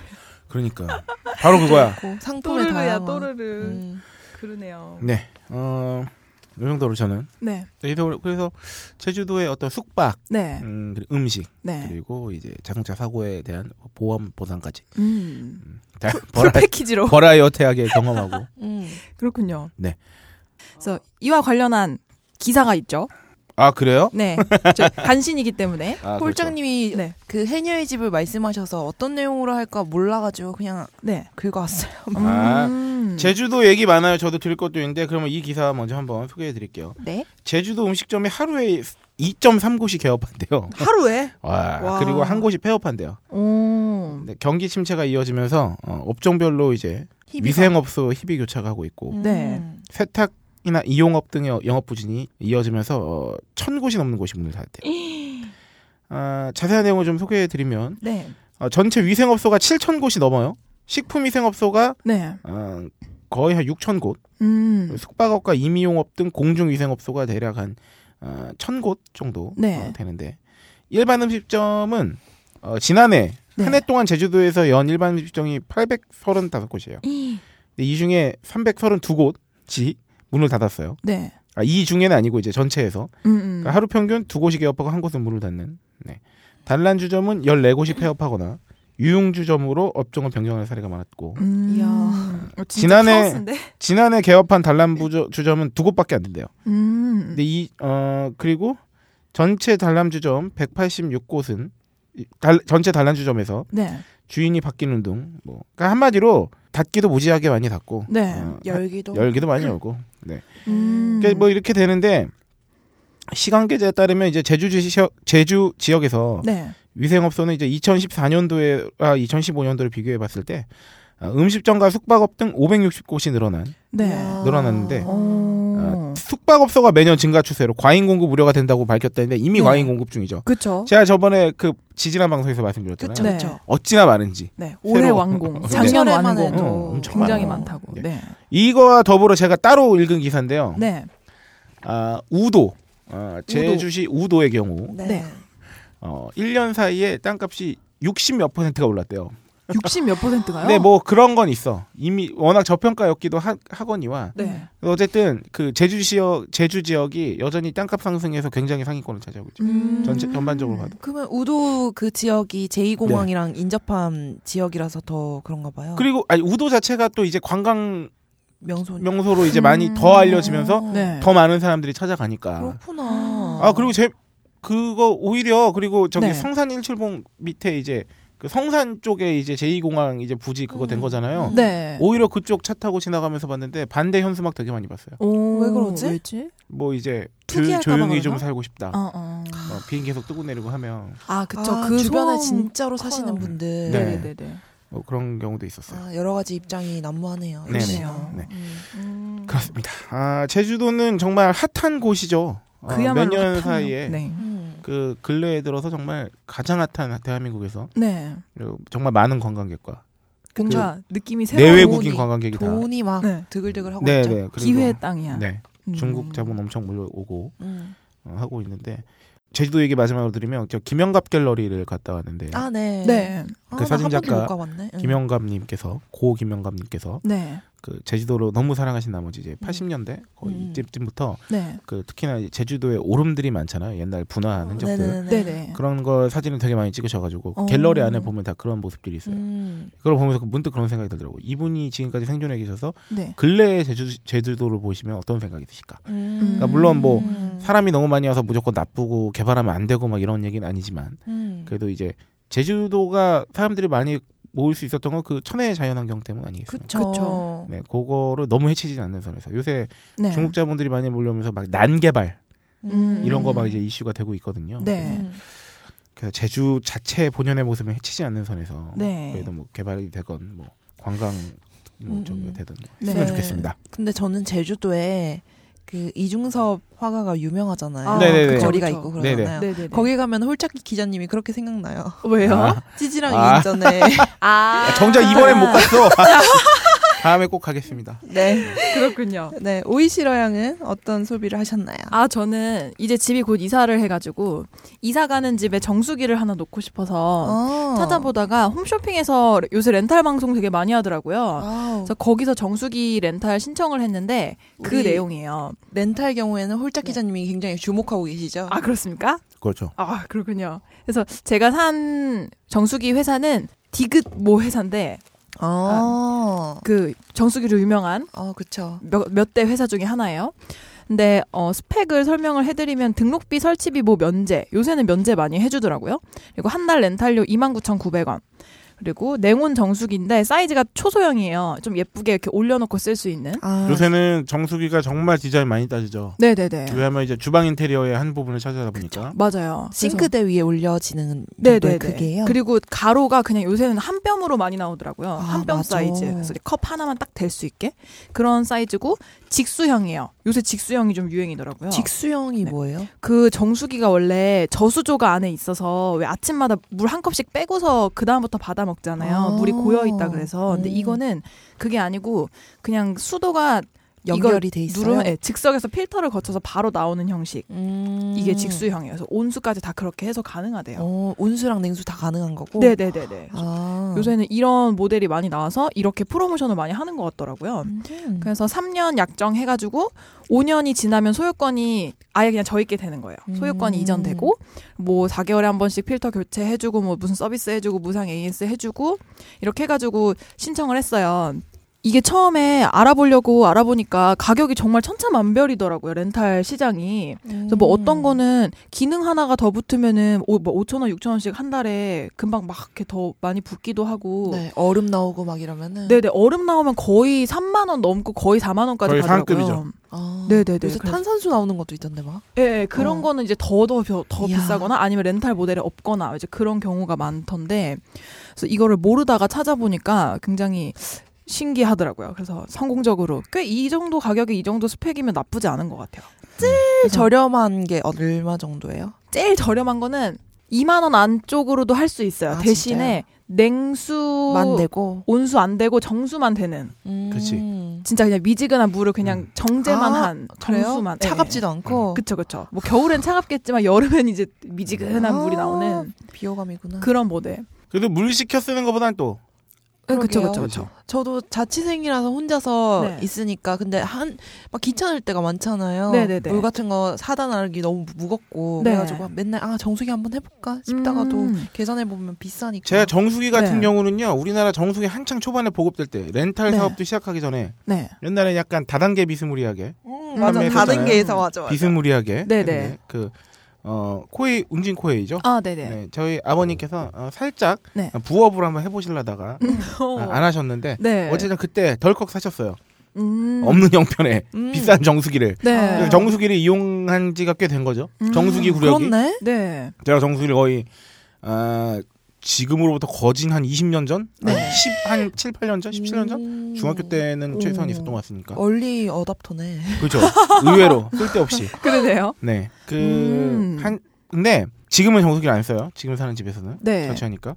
Speaker 4: 그러니까 바로 그거야
Speaker 6: 그리고 상품의
Speaker 5: 또르르야
Speaker 6: 음. 다양한.
Speaker 5: 또르르
Speaker 6: 음.
Speaker 5: 그러네요.
Speaker 4: 네어요 정도로 저는
Speaker 5: 네.
Speaker 4: 그래서 그래서 제주도의 어떤 숙박
Speaker 5: 네.
Speaker 4: 음, 그리고 음식
Speaker 5: 네.
Speaker 4: 그리고 이제 자동차 사고에 대한 보험 보상까지
Speaker 5: 음.
Speaker 4: 다
Speaker 5: 풀
Speaker 4: 버라이,
Speaker 5: 패키지로.
Speaker 4: 버라이어티하게 경험하고
Speaker 6: 음.
Speaker 5: 그렇군요.
Speaker 4: 네.
Speaker 5: 그래서 이와 관련한 기사가 있죠.
Speaker 4: 아 그래요
Speaker 5: 네. 저 간신이기 때문에.
Speaker 4: 아,
Speaker 6: 홀장님이
Speaker 5: 네.
Speaker 6: 그 해녀의 집을 말씀하셔서 어떤 내용으로 할까 몰라가지고 그냥
Speaker 5: 네.
Speaker 6: 긁어왔어요.
Speaker 4: 아,
Speaker 5: 음.
Speaker 4: 그렇죠. 제주도 얘기 많아요 저도 들을 것도 있는데 그러면 이 기사 먼저 한번 소개해 드릴게요
Speaker 6: 네.
Speaker 4: 제주도 음식점이 하루에 2.3곳이 개업한대요.
Speaker 6: 하루에?
Speaker 4: 와,
Speaker 6: 와.
Speaker 4: 그리고 한 곳이 폐업한대요.
Speaker 5: 오.
Speaker 4: 근데 경기 침체가 이어지면서 어, 업종별로 이제
Speaker 6: 희비가-
Speaker 4: 미생업소 희비 교차가 하고 있고
Speaker 6: 네.
Speaker 4: 세탁이나 이용업 등의 어- 영업 부진이 이어지면서 어, 천 곳이 넘는 곳이 문을 닫았대요. 아, 자세한 내용을 좀 소개해드리면
Speaker 5: 네.
Speaker 4: 어, 전체 위생업소가 7천 곳이 넘어요. 식품위생업소가
Speaker 5: 네.
Speaker 4: 어, 거의 한 6천 곳,
Speaker 5: 음.
Speaker 4: 숙박업과 임의용업 등 공중위생업소가 대략 한 어, 1,000곳 정도
Speaker 5: 네.
Speaker 4: 어, 되는데 일반 음식점은 어, 지난해
Speaker 5: 네.
Speaker 4: 한 해 동안 제주도에서 연 일반 음식점이 835곳이에요. 근데 이 중에 332곳이 문을 닫았어요.
Speaker 5: 네.
Speaker 4: 아, 이 중에는 아니고 이제 전체에서
Speaker 5: 음. 음.
Speaker 4: 그러니까 하루 평균 두 곳이 개업하고 한 곳은 문을 닫는. 네. 단란주점은 14곳이 폐업하거나 유흥주점으로 업종을 변경하는 사례가 많았고
Speaker 5: 음.
Speaker 6: 이야.
Speaker 5: 어, 진짜
Speaker 4: 지난해-
Speaker 5: 카오스인데?
Speaker 4: 지난해 개업한 단란주점은 두 곳밖에 안 된대요.
Speaker 5: 네. 음.
Speaker 4: 근데 이, 어, 그리고 전체 단란주점 186곳은 전체 단란주점에서
Speaker 5: 네.
Speaker 4: 주인이 바뀌는 등, 뭐, 그러니까 한마디로 닫기도 무지하게 많이 닫고,
Speaker 5: 네.
Speaker 4: 어,
Speaker 6: 열기도.
Speaker 4: 열기도 많이 열고, 네.
Speaker 5: 음.
Speaker 4: 그러니까 뭐 이렇게 되는데, 시간 계제에 따르면 이제 제주 지역, 제주 지역에서
Speaker 5: 네.
Speaker 4: 위생업소는 이제 2014년도에, 아, 2015년도를 비교해 봤을 때, 아, 음식점과 숙박업 등 560곳이 늘어난,
Speaker 5: 네.
Speaker 6: 이야.
Speaker 4: 늘어났는데,
Speaker 5: 오.
Speaker 4: 숙박업소가 매년 증가 추세로 과잉 공급 우려가 된다고 밝혔다는데 이미
Speaker 5: 네.
Speaker 4: 과잉 공급 중이죠.
Speaker 5: 그쵸.
Speaker 4: 제가 저번에 그 지지난 방송에서 말씀드렸잖아요.
Speaker 6: 그쵸,
Speaker 5: 네.
Speaker 6: 그쵸.
Speaker 4: 어찌나 많은지.
Speaker 5: 네. 올해
Speaker 4: 새로-
Speaker 5: 완공.
Speaker 4: 어,
Speaker 5: 작년
Speaker 6: 네.
Speaker 5: 완공.
Speaker 6: 어,
Speaker 4: 엄청
Speaker 5: 굉장히
Speaker 4: 많아요.
Speaker 5: 많다고.
Speaker 4: 네.
Speaker 5: 네.
Speaker 4: 이거와 더불어 제가 따로 읽은 기사인데요.
Speaker 5: 네.
Speaker 4: 아, 우도. 아, 제주시 우도. 의 경우
Speaker 5: 네.
Speaker 4: 어, 1년 사이에 땅값이 60 몇 퍼센트가 올랐대요.
Speaker 5: 60 몇
Speaker 6: 아.
Speaker 5: 퍼센트가요?
Speaker 4: 근데 뭐 그런 건 있어. 이미 워낙 저평가였기도 하, 하거니와
Speaker 5: 네.
Speaker 4: 어쨌든 그 제주 지역 제주 지역이 여전히 땅값 상승에서 굉장히 상위권을 차지하고 있죠.
Speaker 5: 음.
Speaker 4: 전체 전반적으로 봐도.
Speaker 6: 그러면 우도 그 지역이 제2공항이랑 인접한 지역이라서 더 그런가 봐요.
Speaker 4: 네. 그리고 아니 우도 자체가 또 이제 관광
Speaker 6: 명소.
Speaker 4: 명소로 이제
Speaker 6: 음.
Speaker 4: 많이 더 알려지면서
Speaker 5: 네.
Speaker 4: 더 많은 사람들이 찾아가니까.
Speaker 6: 그렇구나.
Speaker 4: 아 그리고 제 그거 오히려 그리고 저기
Speaker 5: 네.
Speaker 4: 성산 170 밑에 이제 그 성산 쪽에 이제 제2공항 이제 부지 그거 된
Speaker 6: 음.
Speaker 4: 거잖아요.
Speaker 5: 네.
Speaker 4: 오히려 그쪽 차 타고 지나가면서 봤는데 반대 현수막 되게 많이 봤어요.
Speaker 5: 오,
Speaker 6: 왜 그러지?
Speaker 5: 왜지?
Speaker 4: 뭐 이제 조,
Speaker 6: 특이할까봐
Speaker 4: 용히
Speaker 6: 그러나?
Speaker 4: 좀 살고 싶다.
Speaker 5: 어, 어.
Speaker 4: 어, 비행 계속 뜨고 내리고 하면
Speaker 5: 아, 그쵸.
Speaker 6: 아,
Speaker 5: 그
Speaker 6: 주변에
Speaker 5: 소음
Speaker 6: 진짜로 사시는
Speaker 5: 커요.
Speaker 4: 네.
Speaker 6: 분들
Speaker 5: 네네네. 네.
Speaker 4: 뭐 그런 경우도 있었어요.
Speaker 6: 아, 여러 가지 입장이 난무하네요.
Speaker 4: 네네.
Speaker 6: 그러네요.
Speaker 4: 네.
Speaker 6: 음.
Speaker 5: 그렇죠. 음.
Speaker 4: 그렇습니다. 아 제주도는 정말 핫한 곳이죠. 어,
Speaker 5: 그야말로
Speaker 4: 몇 년
Speaker 5: 핫하네요.
Speaker 4: 사이에
Speaker 5: 네.
Speaker 6: 음.
Speaker 4: 그 근래에 들어서 정말 가장 핫한 대한민국에서
Speaker 5: 네.
Speaker 4: 그리고 정말 많은 관광객과
Speaker 5: 뭔가 느낌이 새로운
Speaker 4: 그 내외국인
Speaker 6: 돈이-
Speaker 4: 관광객이 다
Speaker 6: 돈이 막
Speaker 5: 네.
Speaker 6: 드글드글 하고
Speaker 4: 네,
Speaker 6: 있죠.
Speaker 4: 네. 그리고
Speaker 5: 기회의 땅이야.
Speaker 4: 네.
Speaker 5: 음.
Speaker 4: 중국 자본 엄청 몰려오고
Speaker 6: 음.
Speaker 4: 어, 하고 있는데 제주도 얘기 마지막으로 드리면 저 김영갑 갤러리를 갔다 왔는데
Speaker 6: 아, 네.
Speaker 5: 네.
Speaker 4: 그
Speaker 6: 아, 나한
Speaker 4: 사진작가
Speaker 6: 번도 못 가봤네. 음. 응.
Speaker 4: 김영갑님께서 고 김영갑님께서
Speaker 5: 네.
Speaker 4: 그 제주도를 너무 사랑하신 나머지 이제 80년대 거의
Speaker 6: 음.
Speaker 4: 이때쯤부터
Speaker 5: 네.
Speaker 4: 그 특히나 이제 제주도의 오름들이 많잖아요 옛날 분화 흔적들
Speaker 6: 어, 네네네.
Speaker 5: 네. 네.
Speaker 4: 그런 걸 사진을 되게 많이 찍으셔가지고
Speaker 5: 어.
Speaker 4: 갤러리 안에 보면 다 그런 모습들이 있어요.
Speaker 6: 음.
Speaker 4: 그걸 보면서 문득 그런 생각이 들더라고. 요 이분이 지금까지 생존해 계셔서
Speaker 5: 네.
Speaker 4: 근래의 제주, 제주도를 보시면 어떤 생각이 드실까?
Speaker 6: 음.
Speaker 5: 그러니까
Speaker 4: 물론 뭐
Speaker 6: 음.
Speaker 4: 사람이 너무 많이 와서 무조건 나쁘고 개발하면 안 되고 막 이런 얘기는 아니지만
Speaker 6: 음.
Speaker 4: 그래도 이제 제주도가 사람들이 많이 모일 수 있었던 건 그 천혜의 자연환경 때문 아니겠습니까?
Speaker 6: 그쵸.
Speaker 5: 그쵸.
Speaker 4: 네, 그거를 너무 해치지 않는 선에서 요새
Speaker 5: 네.
Speaker 4: 중국 자본들이 많이 몰려오면서 막 난개발
Speaker 6: 음.
Speaker 4: 이런 거 막 이제 이슈가 되고 있거든요.
Speaker 5: 네.
Speaker 6: 음.
Speaker 4: 그래서 제주 자체 본연의 모습을 해치지 않는 선에서
Speaker 5: 네.
Speaker 4: 그래도 뭐 개발이 되건 뭐 관광 뭐
Speaker 6: 음,
Speaker 4: 저기가
Speaker 6: 음.
Speaker 4: 되든 뭐
Speaker 5: 네.
Speaker 4: 했으면 좋겠습니다.
Speaker 6: 근데 저는 제주도에 그 이중섭 화가가 유명하잖아요.
Speaker 5: 아,
Speaker 4: 네네네.
Speaker 6: 그 거리가
Speaker 5: 그쵸,
Speaker 6: 있고
Speaker 4: 그쵸. 네네.
Speaker 6: 그러잖아요.
Speaker 5: 네, 네.
Speaker 6: 거기 가면 홀짝기 기자님이 그렇게 생각나요.
Speaker 5: 왜요?
Speaker 4: 아.
Speaker 6: 찌질랑
Speaker 4: 아.
Speaker 6: 이전에
Speaker 5: 아.
Speaker 4: 아, 정작 이번엔 못 갔어. 다음에 꼭 가겠습니다.
Speaker 6: 네.
Speaker 5: 그렇군요.
Speaker 6: 네. 오이시러 양은 어떤 소비를 하셨나요?
Speaker 5: 아, 저는 이제 집이 곧 이사를 해가지고 이사 가는 집에 정수기를 하나 놓고 싶어서
Speaker 6: 어.
Speaker 5: 찾아보다가 홈쇼핑에서 요새 렌탈 방송 되게 많이 하더라고요.
Speaker 6: 와우.
Speaker 5: 그래서 거기서 정수기 렌탈 신청을 했는데 그
Speaker 6: 우리-
Speaker 5: 내용이에요.
Speaker 6: 렌탈 경우에는 홀짝 기자님이 굉장히 주목하고 계시죠.
Speaker 5: 아 그렇습니까?
Speaker 4: 그렇죠.
Speaker 5: 아 그렇군요. 그래서 제가 산 정수기 회사는 디귿 모 회사인데
Speaker 6: 아.
Speaker 5: 그 정수기로 유명한
Speaker 6: 아, 그쵸.
Speaker 5: 몇 대 회사 중에 하나예요. 근데 어, 스펙을 설명을 해드리면 등록비, 설치비, 뭐 면제 요새는 면제 많이 해주더라고요. 그리고 한 달 렌탈료 29,900원. 그리고 냉온 정수기인데 사이즈가 초소형이에요. 좀 예쁘게 이렇게 올려놓고 쓸 수 있는.
Speaker 6: 아,
Speaker 4: 요새는 정수기가 정말 디자인 많이 따지죠.
Speaker 5: 네네네.
Speaker 4: 왜냐하면 이제 주방 인테리어의 한 부분을 차지하다 보니까
Speaker 5: 맞아요.
Speaker 6: 싱크대 위에 올려지는
Speaker 5: 네네네.
Speaker 6: 정도의 그게요.
Speaker 5: 그리고 가로가 그냥 요새는 한 뼘으로 많이 나오더라고요.
Speaker 6: 아,
Speaker 5: 한 뼘
Speaker 6: 맞아.
Speaker 5: 사이즈. 그래서 이제 컵 하나만 딱 될 수 있게 그런 사이즈고 직수형이에요. 요새 직수형이 좀 유행이더라고요.
Speaker 6: 직수형이
Speaker 5: 네.
Speaker 6: 뭐예요?
Speaker 5: 그 정수기가 원래 저수조가 안에 있어서 왜 아침마다 물 한 컵씩 빼고서 그 다음부터 받아 먹잖아요.
Speaker 6: 아.
Speaker 5: 물이 고여 있다 그래서 근데
Speaker 6: 음.
Speaker 5: 이거는 그게 아니고 그냥 수도가
Speaker 6: 연결이 돼 있어요.
Speaker 5: 누르면 예, 즉석에서 필터를 거쳐서 바로 나오는 형식.
Speaker 6: 음.
Speaker 5: 이게 직수형이에요. 그래서 온수까지 다 그렇게 해서 가능하대요.
Speaker 6: 어, 온수랑 냉수 다 가능한 거고.
Speaker 5: 네네네네.
Speaker 6: 아.
Speaker 5: 요새는 이런 모델이 많이 나와서 이렇게 프로모션을 많이 하는 것 같더라고요.
Speaker 6: 음.
Speaker 5: 그래서 3년 약정 해가지고 5년이 지나면 소유권이 아예 그냥 저 있게 되는 거예요. 소유권이
Speaker 6: 음.
Speaker 5: 이전되고 뭐 4개월에 한 번씩 필터 교체해주고 뭐 무슨 서비스 해주고 무상 AS 해주고 이렇게 해가지고 신청을 했어요. 이게 처음에 알아보려고 알아보니까 가격이 정말 천차만별이더라고요. 렌탈 시장이. 그래서 뭐
Speaker 6: 음.
Speaker 5: 어떤 거는 기능 하나가 더 붙으면은 오, 뭐 5천 원, 6천 원씩 한 달에 금방 막 이렇게 더 많이 붙기도 하고.
Speaker 6: 네, 얼음 나오고 막 이러면은
Speaker 5: 네네 얼음 나오면 거의 3만 원 넘고 거의 4만 원까지
Speaker 4: 거의
Speaker 5: 가더라고요.
Speaker 4: 상급이죠.
Speaker 6: 아,
Speaker 5: 네네네, 그래서-
Speaker 6: 요새 탄산수 나오는 것도 있던데 막.
Speaker 5: 예, 예, 그런
Speaker 6: 어.
Speaker 5: 거는 이제 더 더 더
Speaker 6: 이야.
Speaker 5: 비싸거나 아니면 렌탈 모델이 없거나 이제 그런 경우가 많던데 그래서 이거를 모르다가 찾아보니까 굉장히 신기하더라고요. 그래서 성공적으로 꽤 이 정도 가격에 이 정도 스펙이면 나쁘지 않은 것 같아요.
Speaker 6: 제일 저렴한 게 얼마 정도예요?
Speaker 5: 제일 저렴한 거는 2만 원 안쪽으로도 할 수 있어요.
Speaker 6: 아,
Speaker 5: 대신에 냉수
Speaker 6: 만 되고.
Speaker 5: 온수 안 되고 정수만 되는
Speaker 6: 음.
Speaker 4: 그치.
Speaker 5: 진짜 그냥 미지근한 물을 그냥
Speaker 4: 음.
Speaker 5: 정제만
Speaker 6: 아,
Speaker 5: 한
Speaker 6: 그래요?
Speaker 5: 정수만 예, 예.
Speaker 6: 차갑지도 않고.
Speaker 5: 그쵸 그쵸 뭐 겨울엔 차갑겠지만 여름엔 이제 미지근한
Speaker 6: 아, 네.
Speaker 5: 물이 나오는
Speaker 6: 비호감이구나.
Speaker 5: 그런 모델 예,
Speaker 4: 그래도 물 시켜 쓰는 것보단 또
Speaker 6: 그러게요.
Speaker 5: 그쵸 그쵸 그쵸
Speaker 6: 저도 자취생이라서 혼자서
Speaker 5: 네.
Speaker 6: 있으니까 근데 한 막 귀찮을 때가 많잖아요.
Speaker 5: 네네네.
Speaker 6: 물 같은 거 사다 나르기 너무 무겁고
Speaker 5: 네.
Speaker 6: 그래가지고 맨날 아 정수기 한번 해볼까 싶다가도
Speaker 5: 음.
Speaker 6: 계산해 보면 비싸니까.
Speaker 4: 제가 정수기 같은
Speaker 5: 네.
Speaker 4: 경우는요 우리나라 정수기 한창 초반에 보급될 때 렌탈
Speaker 5: 네.
Speaker 4: 사업도 시작하기 전에
Speaker 5: 네
Speaker 4: 옛날에 약간 다단계 비스무리하게
Speaker 6: 음, 맞아
Speaker 4: 판매했었잖아요.
Speaker 6: 다른 게에서 맞아 맞아.
Speaker 4: 비스무리하게
Speaker 5: 네네.
Speaker 4: 했는데 그 어, 코에 운진 코에이죠.
Speaker 5: 아, 네네.
Speaker 4: 네, 저희 아버님께서 어, 살짝
Speaker 5: 네. 음.
Speaker 4: 부업을 한번 해보실라다가 아, 안 하셨는데
Speaker 5: 어. 네.
Speaker 4: 어쨌든 그때 덜컥 사셨어요.
Speaker 5: 음.
Speaker 4: 없는 아, 형편에
Speaker 6: 음.
Speaker 4: 비싼 정수기를
Speaker 5: 네.
Speaker 4: 그래서 정수기를 이용한 지가 꽤 된 거죠.
Speaker 5: 음,
Speaker 4: 정수기 구력이
Speaker 6: 그렇네.
Speaker 5: 네.
Speaker 4: 제가 정수기를 거의 아, 지금으로부터 거진 한 20년 전,
Speaker 5: 네.
Speaker 4: 아니, 10, 한 7, 8년 전, 17년 전
Speaker 6: 음.
Speaker 4: 중학교 때는 최소한
Speaker 6: 오.
Speaker 5: 음.
Speaker 4: 있었던 것 같으니까
Speaker 5: 어.
Speaker 6: 얼리 어답터네.
Speaker 4: 그렇죠. 의외로 쓸데없이
Speaker 5: 그러네요
Speaker 4: 네. 그,
Speaker 5: 음.
Speaker 4: 한, 근데 지금은 정수기를 안 써요. 지금 사는 집에서는.
Speaker 5: 네.
Speaker 4: 자취하니까.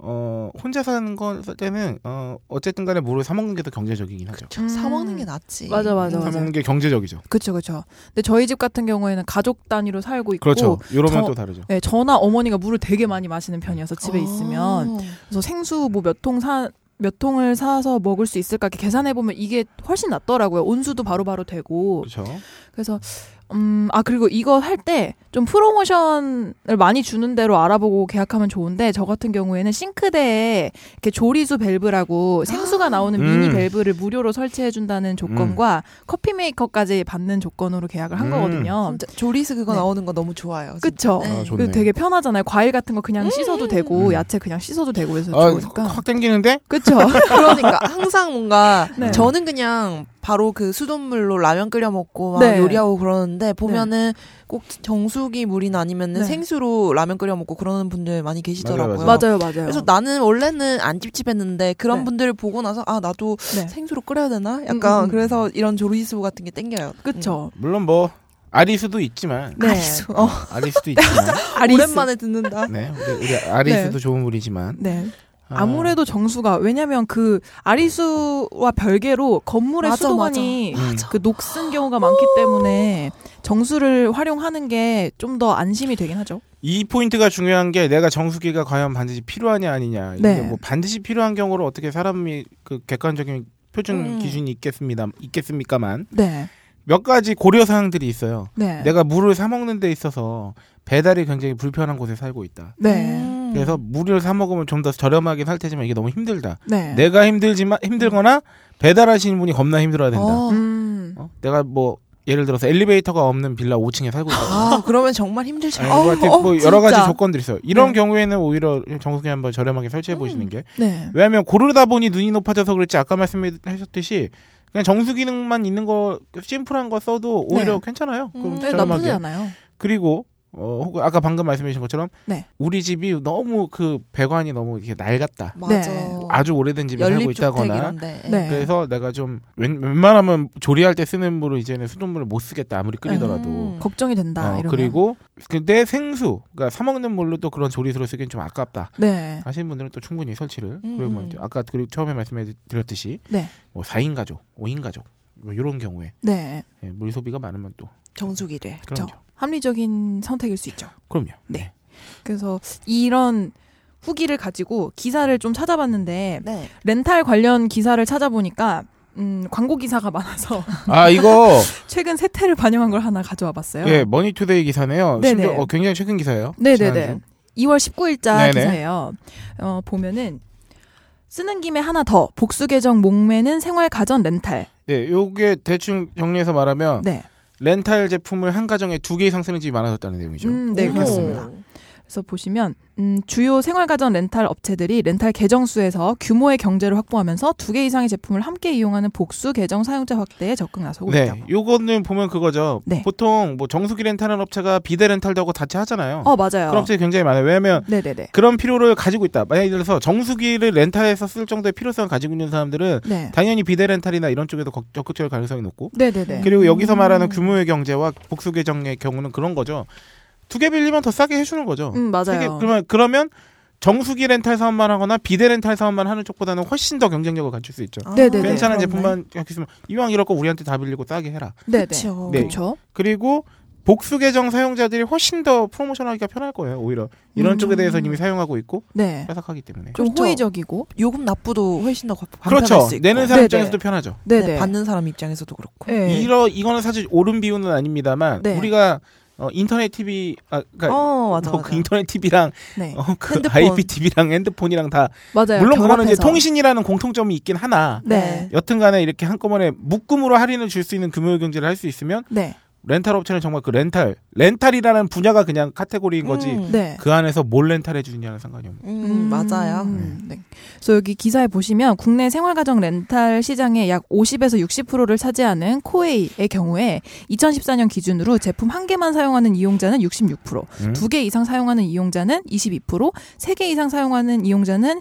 Speaker 4: 어, 혼자 사는 거 때는, 어, 어쨌든 간에 물을 사먹는 게 더 경제적이긴 하죠.
Speaker 5: 음.
Speaker 6: 사 먹는 게 낫지. 음,
Speaker 5: 맞아 맞아 맞아
Speaker 4: 사먹는 게 경제적이죠.
Speaker 5: 그쵸 그쵸 근데 저희 집 같은 경우에는 가족 단위로 살고 있고
Speaker 4: 그렇죠. 요러면
Speaker 5: 저-
Speaker 4: 또 다르죠.
Speaker 5: 네, 저나 어머니가 물을 되게 많이 마시는 편이어서 집에
Speaker 6: 아.
Speaker 5: 있으면 그래서 생수 뭐 몇 통 사 몇 통을 사서 먹을 수 있을까 이렇게 계산해 보면 이게 훨씬 낫더라고요. 온수도 바로바로 되고.
Speaker 4: 그렇죠.
Speaker 5: 그래서 음 아 그리고 이거 할 때 좀 프로모션을 많이 주는 대로 알아보고 계약하면 좋은데 저 같은 경우에는 싱크대에 이렇게 조리수 밸브라고
Speaker 6: 아.
Speaker 5: 생수가 나오는 미니
Speaker 4: 음.
Speaker 5: 밸브를 무료로 설치해 준다는 조건과 커피 메이커까지 받는 조건으로 계약을 한
Speaker 4: 음.
Speaker 5: 거거든요.
Speaker 6: 진짜 조리스 그거
Speaker 5: 네.
Speaker 6: 나오는 거 너무 좋아요. 진짜.
Speaker 5: 그쵸?
Speaker 6: 네.
Speaker 4: 아, 좋네.
Speaker 5: 그 되게 편하잖아요. 과일 같은 거 그냥 씻어도 되고
Speaker 4: 음.
Speaker 5: 야채 그냥 씻어도 되고 해서
Speaker 4: 아,
Speaker 5: 좋으니까.
Speaker 4: 확 땡기는데?
Speaker 5: 그쵸?
Speaker 6: 그러니까 항상 뭔가
Speaker 5: 네.
Speaker 6: 저는 그냥 바로 그 수돗물로 라면 끓여 먹고 막
Speaker 5: 네.
Speaker 6: 요리하고 그러는데 보면은 꼭 정수기 물이나 아니면은
Speaker 5: 네.
Speaker 6: 생수로 라면 끓여 먹고 그러는 분들 많이
Speaker 4: 맞아요,
Speaker 6: 계시더라고요.
Speaker 5: 맞아요, 맞아요.
Speaker 6: 그래서 나는 원래는 안 찝찝했는데 그런
Speaker 5: 네.
Speaker 6: 분들을 보고 나서 아 나도
Speaker 5: 네.
Speaker 6: 생수로 끓여야 되나?
Speaker 5: 음,
Speaker 6: 약간
Speaker 5: 음.
Speaker 6: 그래서 이런 조리수 같은 게 땡겨요.
Speaker 5: 그쵸. 네.
Speaker 4: 물론 뭐, 아리수도 있지만.
Speaker 6: 음. 아리수. 어,
Speaker 4: 아리수도 있지만.
Speaker 5: 아리스.
Speaker 6: 오랜만에 듣는다.
Speaker 4: 네. 우리, 우리 아리수도 좋은 물이지만.
Speaker 5: 네.
Speaker 4: 아,
Speaker 5: 아무래도 정수가 왜냐면 그 아리수와 별개로 건물의
Speaker 6: 맞아,
Speaker 5: 수도관이
Speaker 4: 맞아. 맞아.
Speaker 5: 그 녹슨 경우가 많기 때문에 정수를 활용하는 게 좀 더 안심이 되긴 하죠.
Speaker 4: 이 포인트가 중요한 게 내가 정수기가 과연 반드시 필요하냐 아니냐. 이게
Speaker 5: 네.
Speaker 4: 뭐 반드시 필요한 경우를 어떻게 사람이 그 객관적인 표준
Speaker 6: 음.
Speaker 4: 기준이 있겠습니다. 있겠습니까만
Speaker 5: 네.
Speaker 4: 몇 가지 고려 사항들이 있어요.
Speaker 5: 네.
Speaker 4: 내가 물을 사 먹는 데 있어서 배달이 굉장히 불편한 곳에 살고 있다.
Speaker 6: 음.
Speaker 5: 네.
Speaker 4: 그래서 물을 사 먹으면 좀 더 저렴하게 살 테지만 이게 너무 힘들다.
Speaker 5: 네.
Speaker 4: 내가 힘들지만 힘들거나 배달하시는 분이 겁나 힘들어야 된다.
Speaker 6: 어,
Speaker 5: 음.
Speaker 4: 어? 내가 뭐 예를 들어서 엘리베이터가 없는 빌라 5층에 살고 있다.
Speaker 6: 아 그러면 정말 힘들죠.
Speaker 4: 아니,
Speaker 6: 어,
Speaker 4: 뭐 하여튼
Speaker 6: 어,
Speaker 4: 뭐 여러 가지
Speaker 6: 진짜.
Speaker 4: 조건들이 있어요. 이런
Speaker 5: 네.
Speaker 4: 경우에는 오히려 정수기 한번 저렴하게 설치해 보시는 게
Speaker 5: 네.
Speaker 4: 왜냐하면 고르다 보니 눈이 높아져서 그렇지 아까 말씀하셨듯이 그냥 정수 기능만 있는 거 심플한 거 써도 오히려
Speaker 5: 네.
Speaker 4: 괜찮아요.
Speaker 5: 음,
Speaker 4: 그럼
Speaker 5: 네, 나쁘지
Speaker 4: 저렴하게.
Speaker 5: 않아요.
Speaker 4: 그리고 어 혹은 아까 방금 말씀해 주신 것처럼
Speaker 5: 네.
Speaker 4: 우리 집이 너무 그 배관이 너무 이렇게 낡았다.
Speaker 6: 맞아.
Speaker 5: 네.
Speaker 4: 아주 오래된 집에 살고 있다거나
Speaker 6: 어, 연립주택이런데.
Speaker 5: 네.
Speaker 4: 그래서 내가 좀 웬, 웬만하면 조리할 때 쓰는 물을 이제는 수돗물을 못 쓰겠다 아무리 끓이더라도
Speaker 6: 음.
Speaker 5: 걱정이 된다.
Speaker 4: 어,
Speaker 5: 이러면.
Speaker 4: 그리고 근데 생수 그러니까 사 먹는 물로 또 그런 조리수로 쓰기엔 좀 아깝다
Speaker 5: 네.
Speaker 4: 하시는 분들은 또 충분히 설치를
Speaker 6: 음,
Speaker 4: 그리고 뭐
Speaker 6: 음.
Speaker 4: 이제 아까 그리고 처음에 말씀해 드렸듯이
Speaker 5: 네.
Speaker 4: 뭐 4인 가족, 5인 가족 뭐 이런 경우에
Speaker 5: 네.
Speaker 4: 예, 물 소비가 많으면 또
Speaker 6: 정수기래.
Speaker 4: 그럼요.
Speaker 5: 합리적인 선택일 수 있죠.
Speaker 4: 그럼요.
Speaker 5: 네. 그래서 이런 후기를 가지고 기사를 좀 찾아봤는데
Speaker 6: 네.
Speaker 5: 렌탈 관련 기사를 찾아보니까 음, 광고 기사가 많아서
Speaker 4: 아 이거
Speaker 5: 최근 세태를 반영한 걸 하나 가져와 봤어요.
Speaker 4: 예 머니투데이 기사네요.
Speaker 5: 네. 네네.
Speaker 4: 심지어 어, 굉장히 최근 기사예요.
Speaker 5: 네네네.
Speaker 4: 지난주.
Speaker 5: 2월 19일자
Speaker 4: 네네.
Speaker 5: 기사예요. 어, 보면은 쓰는 김에 하나 더 복수 계정 목매는 생활 가전 렌탈.
Speaker 4: 네, 요게 대충 정리해서 말하면
Speaker 5: 네.
Speaker 4: 렌탈 제품을 한 가정에 두 개 이상 쓰는 집이 많아졌다는 내용이죠.
Speaker 5: 음, 네,
Speaker 6: 오.
Speaker 5: 그렇습니다. 그래서 보시면 음, 주요 생활가전 렌탈 업체들이 렌탈 계정 수에서 규모의 경제를 확보하면서 두 개 이상의 제품을 함께 이용하는 복수 계정 사용자 확대에 적극 나서고
Speaker 4: 네,
Speaker 5: 있다고.
Speaker 4: 요거는 보면 그거죠.
Speaker 5: 네.
Speaker 4: 보통 뭐 정수기 렌탈하는 업체가 비대 렌탈도 하고 자체 하잖아요.
Speaker 5: 어 맞아요.
Speaker 4: 그런 업체 굉장히 많아요. 왜냐하면
Speaker 5: 네네네.
Speaker 4: 그런 필요를 가지고 있다. 만약 예를 들어서 정수기를 렌탈해서 쓸 정도의 필요성을 가지고 있는 사람들은
Speaker 5: 네.
Speaker 4: 당연히 비대 렌탈이나 이런 쪽에서 거- 적극적일 가능성이 높고
Speaker 5: 네네네.
Speaker 4: 그리고 여기서
Speaker 6: 음.
Speaker 4: 말하는 규모의 경제와 복수 계정의 경우는 그런 거죠. 두 개 빌리면 더 싸게 해주는 거죠.
Speaker 5: 음
Speaker 4: 세개
Speaker 5: 맞아요.
Speaker 4: 그러면 그러면 정수기 렌탈 사업만 하거나 비대 렌탈 사업만 하는 쪽보다는 훨씬 더 경쟁력을 갖출 수 있죠.
Speaker 6: 아,
Speaker 5: 네네네. 네,
Speaker 4: 괜찮은
Speaker 5: 그렇네.
Speaker 4: 제품만 갖고 있으면 이왕 이럴 거 우리한테 다 빌리고 싸게 해라.
Speaker 5: 네네.
Speaker 6: 그렇죠.
Speaker 4: 네.
Speaker 5: 그렇죠.
Speaker 4: 그리고 복수 계정 사용자들이 훨씬 더 프로모션하기가 편할 거예요. 오히려 이런
Speaker 5: 음.
Speaker 4: 쪽에 대해서 이미 사용하고 있고
Speaker 5: 네.
Speaker 4: 회사하기 때문에.
Speaker 5: 좀
Speaker 6: 그렇죠.
Speaker 5: 호의적이고.
Speaker 6: 요금 납부도 훨씬 더 가- 간편할
Speaker 4: 그렇죠.
Speaker 6: 수 있고.
Speaker 4: 내는 사람
Speaker 5: 네네.
Speaker 4: 입장에서도 편하죠.
Speaker 6: 네,
Speaker 5: 네네.
Speaker 6: 받는 사람 입장에서도 그렇고.
Speaker 5: 네.
Speaker 4: 이러 이거는 사실 옳은 비유는 아닙니다만
Speaker 5: 네.
Speaker 4: 우리가 어, 인터넷 TV 아 그러니까
Speaker 6: 어 맞아
Speaker 4: 뭐
Speaker 6: 맞아.
Speaker 4: 그 인터넷 TV랑
Speaker 5: 네.
Speaker 4: 어, 그
Speaker 6: 핸드폰.
Speaker 4: IPTV랑 핸드폰이랑 다
Speaker 5: 맞아요.
Speaker 4: 물론 그거는 이제
Speaker 5: 네, 결합해서.
Speaker 4: 통신이라는 공통점이 있긴 하나
Speaker 5: 네.
Speaker 4: 여튼간에 이렇게 한꺼번에 묶음으로 할인을 줄 수 있는 금요일 경제를 할 수 있으면
Speaker 5: 네.
Speaker 4: 렌탈 업체는 정말 그 렌탈 렌탈이라는 분야가 그냥 카테고리인 거지
Speaker 6: 음.
Speaker 5: 네.
Speaker 4: 그 안에서 뭘 렌탈해 주느냐는 상관이 없는.
Speaker 6: 음, 맞아요.
Speaker 5: 음, 네. 그래서 여기 기사에 보시면 국내 생활가정 렌탈 시장의 약 50에서 60%를 차지하는 코웨이의 경우에 2014년 기준으로 제품 한 개만 사용하는 이용자는 66%,
Speaker 4: 음.
Speaker 5: 두 개 이상 사용하는 이용자는 22%, 세 개 이상 사용하는 이용자는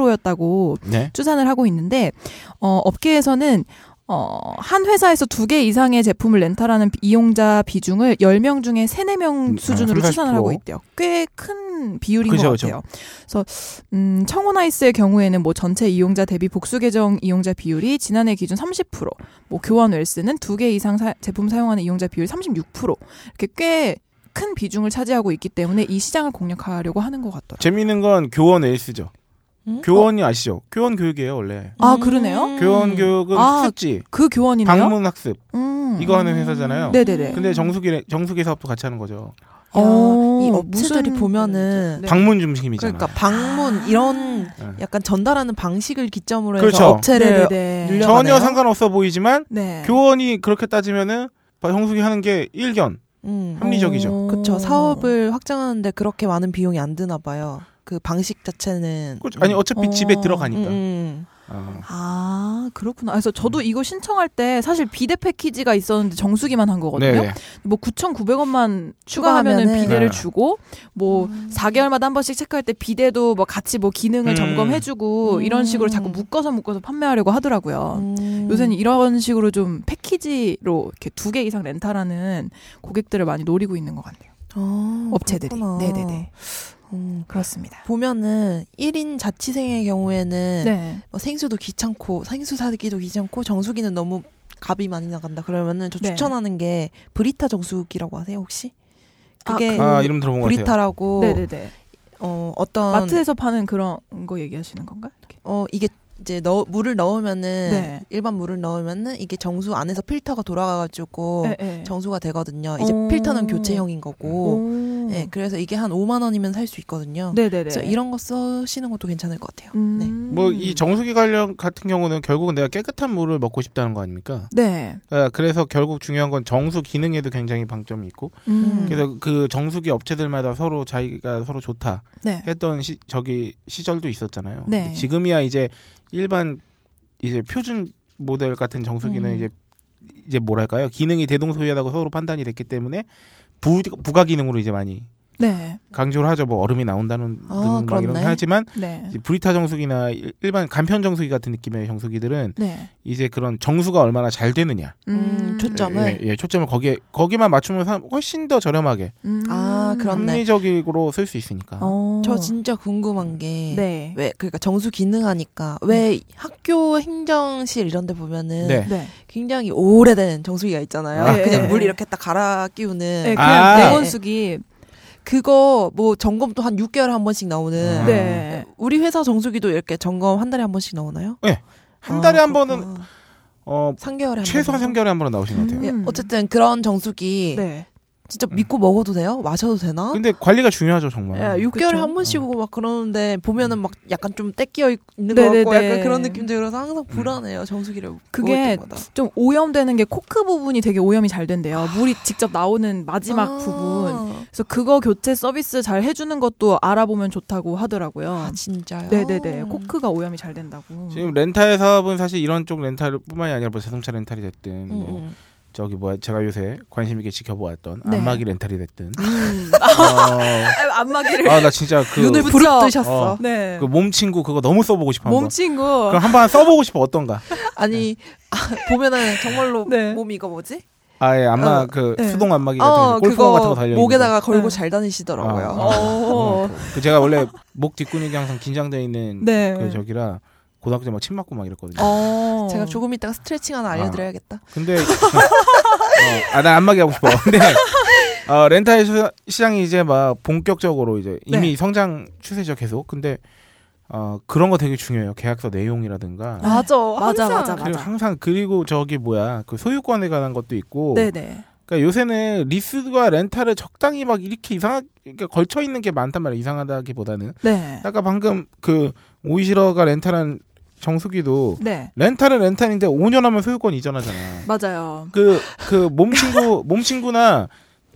Speaker 5: 12%였다고
Speaker 4: 네.
Speaker 5: 추산을 하고 있는데 어, 업계에서는 어, 한 회사에서 두 개 이상의 제품을 렌탈하는 비- 이용자 비중을 10명 중에 3,
Speaker 4: 음,
Speaker 5: 4명 수준으로
Speaker 4: 아, 30%.
Speaker 5: 추산을 하고 있대요. 꽤 큰 비율인
Speaker 4: 그죠,
Speaker 5: 것
Speaker 4: 그죠.
Speaker 5: 같아요. 그래서 음, 청혼아이스의 계에는 뭐 전체 이용자 대비 복수 계정 이용자 비율이 지난해 기준 30%, 뭐 교환 웰스는 두 개 이상 사- 제품 사용하는 이용자 비율 36% 이렇게 꽤 큰 비중을 차지하고 있기 때문에 이 시장을 공략하려고 하는 것 같더라고요.
Speaker 4: 재미있는 건 교원 에이스죠.
Speaker 6: 음?
Speaker 4: 교원이 아시죠? 교원 교육이에요 원래.
Speaker 5: 아, 그러네요?
Speaker 6: 음.
Speaker 4: 교원 교육은
Speaker 5: 아,
Speaker 4: 학습지,
Speaker 5: 그 교환이네요.
Speaker 4: 방문 학습
Speaker 5: 음.
Speaker 4: 이거 하는 회사잖아요.
Speaker 5: 네네네.
Speaker 4: 근데 정수기 정수기 사업도 같이 하는 거죠.
Speaker 6: 야,
Speaker 5: 어,
Speaker 6: 이 업체들이
Speaker 5: 무슨-
Speaker 6: 보면은
Speaker 5: 네.
Speaker 4: 방문 중심이잖아.
Speaker 6: 그러니까 방문 이런 약간 전달하는 방식을 기점으로 해서
Speaker 4: 네. 그렇죠.
Speaker 6: 업체를
Speaker 5: 네네네.
Speaker 6: 늘려-
Speaker 4: 전혀
Speaker 6: 들어가네요.
Speaker 4: 상관없어 보이지만
Speaker 5: 네.
Speaker 4: 교원이 그렇게 따지면은 정수기 하는 게 일견.
Speaker 6: 음.
Speaker 4: 합리적이죠.
Speaker 5: 어.
Speaker 6: 그렇죠. 사업을 확장하는데 그렇게 많은 비용이 안 드나 봐요. 그 방식 자체는
Speaker 4: 그렇죠. 아니 어차피
Speaker 5: 어.
Speaker 4: 집에
Speaker 6: 음,
Speaker 4: 들어가니까.
Speaker 6: 음.
Speaker 4: 어.
Speaker 5: 아 그렇구나. 그래서 저도 이거 신청할 때 사실 비대 패키지가 있었는데 정수기만 한 거거든요.
Speaker 4: 네네.
Speaker 5: 뭐 9,900원만 추가하면은
Speaker 6: 추가하면은.
Speaker 5: 비대를
Speaker 4: 네.
Speaker 5: 주고 뭐
Speaker 6: 음.
Speaker 5: 4개월마다 한 번씩 체크할 때 비대도 뭐 같이 뭐 기능을
Speaker 4: 음.
Speaker 5: 점검해주고
Speaker 6: 음.
Speaker 5: 이런 식으로 자꾸 묶어서 묶어서 판매하려고 하더라고요.
Speaker 6: 음.
Speaker 5: 요새는 이런 식으로 좀 패키지로 이렇게 두 개 이상 렌탈하는 고객들을 많이 노리고 있는 것 같네요.
Speaker 6: 아,
Speaker 5: 업체들이.
Speaker 6: 그렇구나.
Speaker 5: 네네네.
Speaker 6: 음.
Speaker 5: 그렇습니다.
Speaker 6: 보면은 1인 자취생의 경우에는
Speaker 5: 네.
Speaker 6: 뭐 생수도 귀찮고 생수 사기도 귀찮고 정수기는 너무 값이 많이 나간다 그러면은 저
Speaker 5: 네.
Speaker 6: 추천하는 게 브리타 정수기라고 아세요 혹시?
Speaker 5: 아,
Speaker 6: 그게
Speaker 5: 그-
Speaker 4: 아 이름 들어본 것 같아요.
Speaker 6: 브리타라고
Speaker 5: 네네네.
Speaker 6: 어 어떤
Speaker 5: 마트에서 파는 그런 거 얘기하시는 건가? 이렇게.
Speaker 6: 어 이게 이제 넣 물을 넣으면은
Speaker 5: 네.
Speaker 6: 일반 물을 넣으면은 이게 정수 안에서 필터가 돌아가가지고
Speaker 5: 네.
Speaker 6: 정수가 되거든요. 이제
Speaker 5: 어.
Speaker 6: 필터는 교체형인 거고
Speaker 5: 오.
Speaker 6: 네, 그래서 이게 한 5만 원이면 살 수 있거든요.
Speaker 5: 네네네. 음.
Speaker 6: 그래서 이런 거 쓰시는 것도 괜찮을 것 같아요. 네.
Speaker 4: 뭐 이 정수기 관련 같은 경우는 결국은 내가 깨끗한 물을 먹고 싶다는 거 아닙니까?
Speaker 5: 네.
Speaker 4: 아, 그래서 결국 중요한 건 정수 기능에도 굉장히 방점이 있고
Speaker 5: 음.
Speaker 4: 그래서 그 정수기 업체들마다 서로 자기가 서로 좋다
Speaker 5: 네.
Speaker 4: 했던 시, 저기 시절도 있었잖아요.
Speaker 5: 네.
Speaker 4: 근데 지금이야 이제 일반 이제 표준 모델 같은 정수기는
Speaker 5: 음.
Speaker 4: 이제 이제 뭐랄까요 기능이 대동소이하다고 서로 판단이 됐기 때문에 부 부가 기능으로 이제 많이
Speaker 5: 네.
Speaker 4: 강조를 하죠. 뭐 얼음이 나온다는
Speaker 6: 아,
Speaker 4: 등 막 이런 거
Speaker 6: 그렇네.
Speaker 4: 하지만
Speaker 5: 네.
Speaker 4: 이제 브리타 정수기나 일- 일반 간편 정수기 같은 느낌의 정수기들은
Speaker 5: 네.
Speaker 4: 이제 그런 정수가 얼마나 잘 되느냐
Speaker 6: 음, 초점을
Speaker 4: 예, 예, 초점을 거기에 거기만 맞추면 사- 훨씬 더 저렴하게
Speaker 5: 음.
Speaker 6: 아, 그렇네.
Speaker 4: 합리적으로 쓸 수 있으니까.
Speaker 5: 어.
Speaker 6: 저 진짜 궁금한 게.
Speaker 5: 네.
Speaker 6: 왜 그러니까 정수 기능하니까 왜 학교 행정실 이런 데 보면은
Speaker 4: 네.
Speaker 5: 네.
Speaker 6: 굉장히 오래된 정수기가 있잖아요.
Speaker 4: 아.
Speaker 6: 그냥
Speaker 5: 네.
Speaker 6: 물 이렇게 딱 갈아 끼우는
Speaker 5: 네, 그냥
Speaker 4: 아.
Speaker 5: 냉온수기.
Speaker 6: 그거 뭐 점검도 한 6개월에 한 번씩 나오는
Speaker 4: 아.
Speaker 5: 네.
Speaker 6: 우리 회사 정수기도 이렇게 점검 한 달에 한 번씩 나오나요?
Speaker 4: 한 달에
Speaker 6: 아,
Speaker 4: 한 번은
Speaker 6: 그렇구나.
Speaker 4: 어
Speaker 6: 3개월에 한
Speaker 4: 최소한
Speaker 6: 번.
Speaker 4: 3개월에 한 번은 나오시는 것 같아요.
Speaker 6: 예,
Speaker 5: 음.
Speaker 6: 어쨌든 그런 정수기
Speaker 5: 네.
Speaker 6: 진짜
Speaker 4: 음.
Speaker 6: 믿고 먹어도 돼요? 마셔도 되나?
Speaker 4: 근데 관리가 중요하죠 정말.
Speaker 6: 예, 6개월에
Speaker 5: 그쵸.
Speaker 6: 한 번씩 오고 막 그러는데 보면은 막 약간 좀 떼끼어 있는 것
Speaker 5: 네네네.
Speaker 6: 같고 약간 그런 느낌 들어서 항상
Speaker 4: 음.
Speaker 6: 불안해요 정수기를
Speaker 5: 그게
Speaker 6: 먹을 때마다.
Speaker 5: 좀 오염되는 게 코크 부분이 되게 오염이 잘 된대요. 물이 직접 나오는 마지막
Speaker 6: 아.
Speaker 5: 부분. 그래서 그거 교체 서비스 잘 해주는 것도 알아보면 좋다고 하더라고요.
Speaker 6: 아 진짜요? 음.
Speaker 5: 네네네. 코크가 오염이 잘 된다고.
Speaker 4: 지금 렌탈 사업은 사실 이런 쪽 렌탈뿐만이 아니라 뭐 자동차 렌탈이 됐든
Speaker 6: 음,
Speaker 4: 뭐
Speaker 6: 음.
Speaker 4: 저기 뭐야 제가 요새 관심 있게 지켜보았던
Speaker 5: 네.
Speaker 4: 안마기 렌탈이 됐든 어,
Speaker 5: 음. 안마기를.
Speaker 4: 아 나 진짜 그
Speaker 5: 눈을
Speaker 4: 그
Speaker 5: 부릅
Speaker 6: 뜨셨어.
Speaker 4: 어.
Speaker 5: 네.
Speaker 4: 몸친구 그거 너무 써보고 싶어 한번
Speaker 5: 몸친구.
Speaker 4: 그럼 한번 써보고 싶어 어떤가 네.
Speaker 6: 아니 아, 보면은 정말로
Speaker 5: 네.
Speaker 6: 몸이 이거 뭐지?
Speaker 4: 아예 안마
Speaker 6: 어,
Speaker 4: 그
Speaker 5: 네.
Speaker 4: 수동 안마기 같은 거
Speaker 6: 어
Speaker 4: 있어요. 골프공 같은 거
Speaker 6: 그거
Speaker 4: 달려 있는
Speaker 6: 목에다가 걸고
Speaker 5: 네.
Speaker 6: 잘 다니시더라고요.
Speaker 4: 아, 아.
Speaker 5: 어.
Speaker 4: 그 제가 원래 목 뒷근육이 항상 긴장돼 있는
Speaker 5: 네.
Speaker 4: 그 저기라 고등학교 때 막 침 맞고 막 이랬거든요.
Speaker 5: 어.
Speaker 6: 제가 조금 이따가 스트레칭 하나 알려드려야겠다.
Speaker 4: 근데 어, 아나 안마기 하고 싶어. 근데 어, 렌탈 시- 시장이 이제 막 본격적으로 이제 이미 성장 추세죠 계속. 근데 어, 그런 거 되게 중요해요. 계약서 내용이라든가.
Speaker 5: 네. 맞아. 맞아,
Speaker 6: 항상.
Speaker 5: 맞아,
Speaker 4: 그리고
Speaker 5: 맞아.
Speaker 4: 항상 그리고 저기 뭐야 그 소유권에 관한 것도 있고.
Speaker 5: 네네.
Speaker 4: 그러니까 요새는 리스와 렌탈을 적당히 막 이렇게 이상하게 그러니까 걸쳐 있는 게 많단 말이야. 이상하다기보다는.
Speaker 5: 네.
Speaker 4: 아까 방금 그 오이시러가 렌탈한 정수기도
Speaker 5: 네.
Speaker 4: 렌탈은 렌탈인데 5년 하면 소유권 이전하잖아.
Speaker 5: 맞아요.
Speaker 4: 그 그 몸친구 몸친구나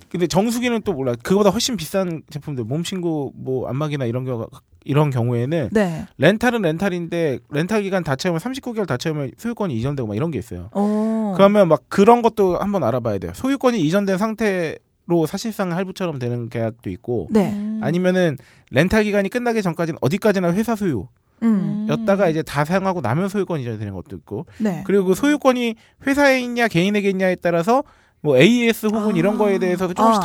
Speaker 4: 근데 정수기는 또 몰라 그보다 훨씬 비싼 제품들 몸친구 뭐 안마기나 이런 경우 이런 경우에는
Speaker 5: 네.
Speaker 4: 렌탈은 렌탈인데 렌탈 기간 다 채우면 39개월 다 채우면 소유권이 이전되고 막 이런 게 있어요.
Speaker 5: 어.
Speaker 4: 그러면 막 그런 것도 한번 알아봐야 돼요. 소유권이 이전된 상태로 사실상 할부처럼 되는 계약도 있고
Speaker 5: 네.
Speaker 6: 음.
Speaker 4: 아니면은 렌탈 기간이 끝나기 전까지는 어디까지나 회사 소유였다가
Speaker 5: 음.
Speaker 4: 이제 다 사용하고 나면 소유권 이전이 되는 것도 있고
Speaker 5: 네.
Speaker 4: 그리고 그 소유권이 회사에 있냐 개인에게 있냐에 따라서 뭐 AS 혹은
Speaker 5: 아.
Speaker 4: 이런 거에 대해서도 조금씩
Speaker 5: 아.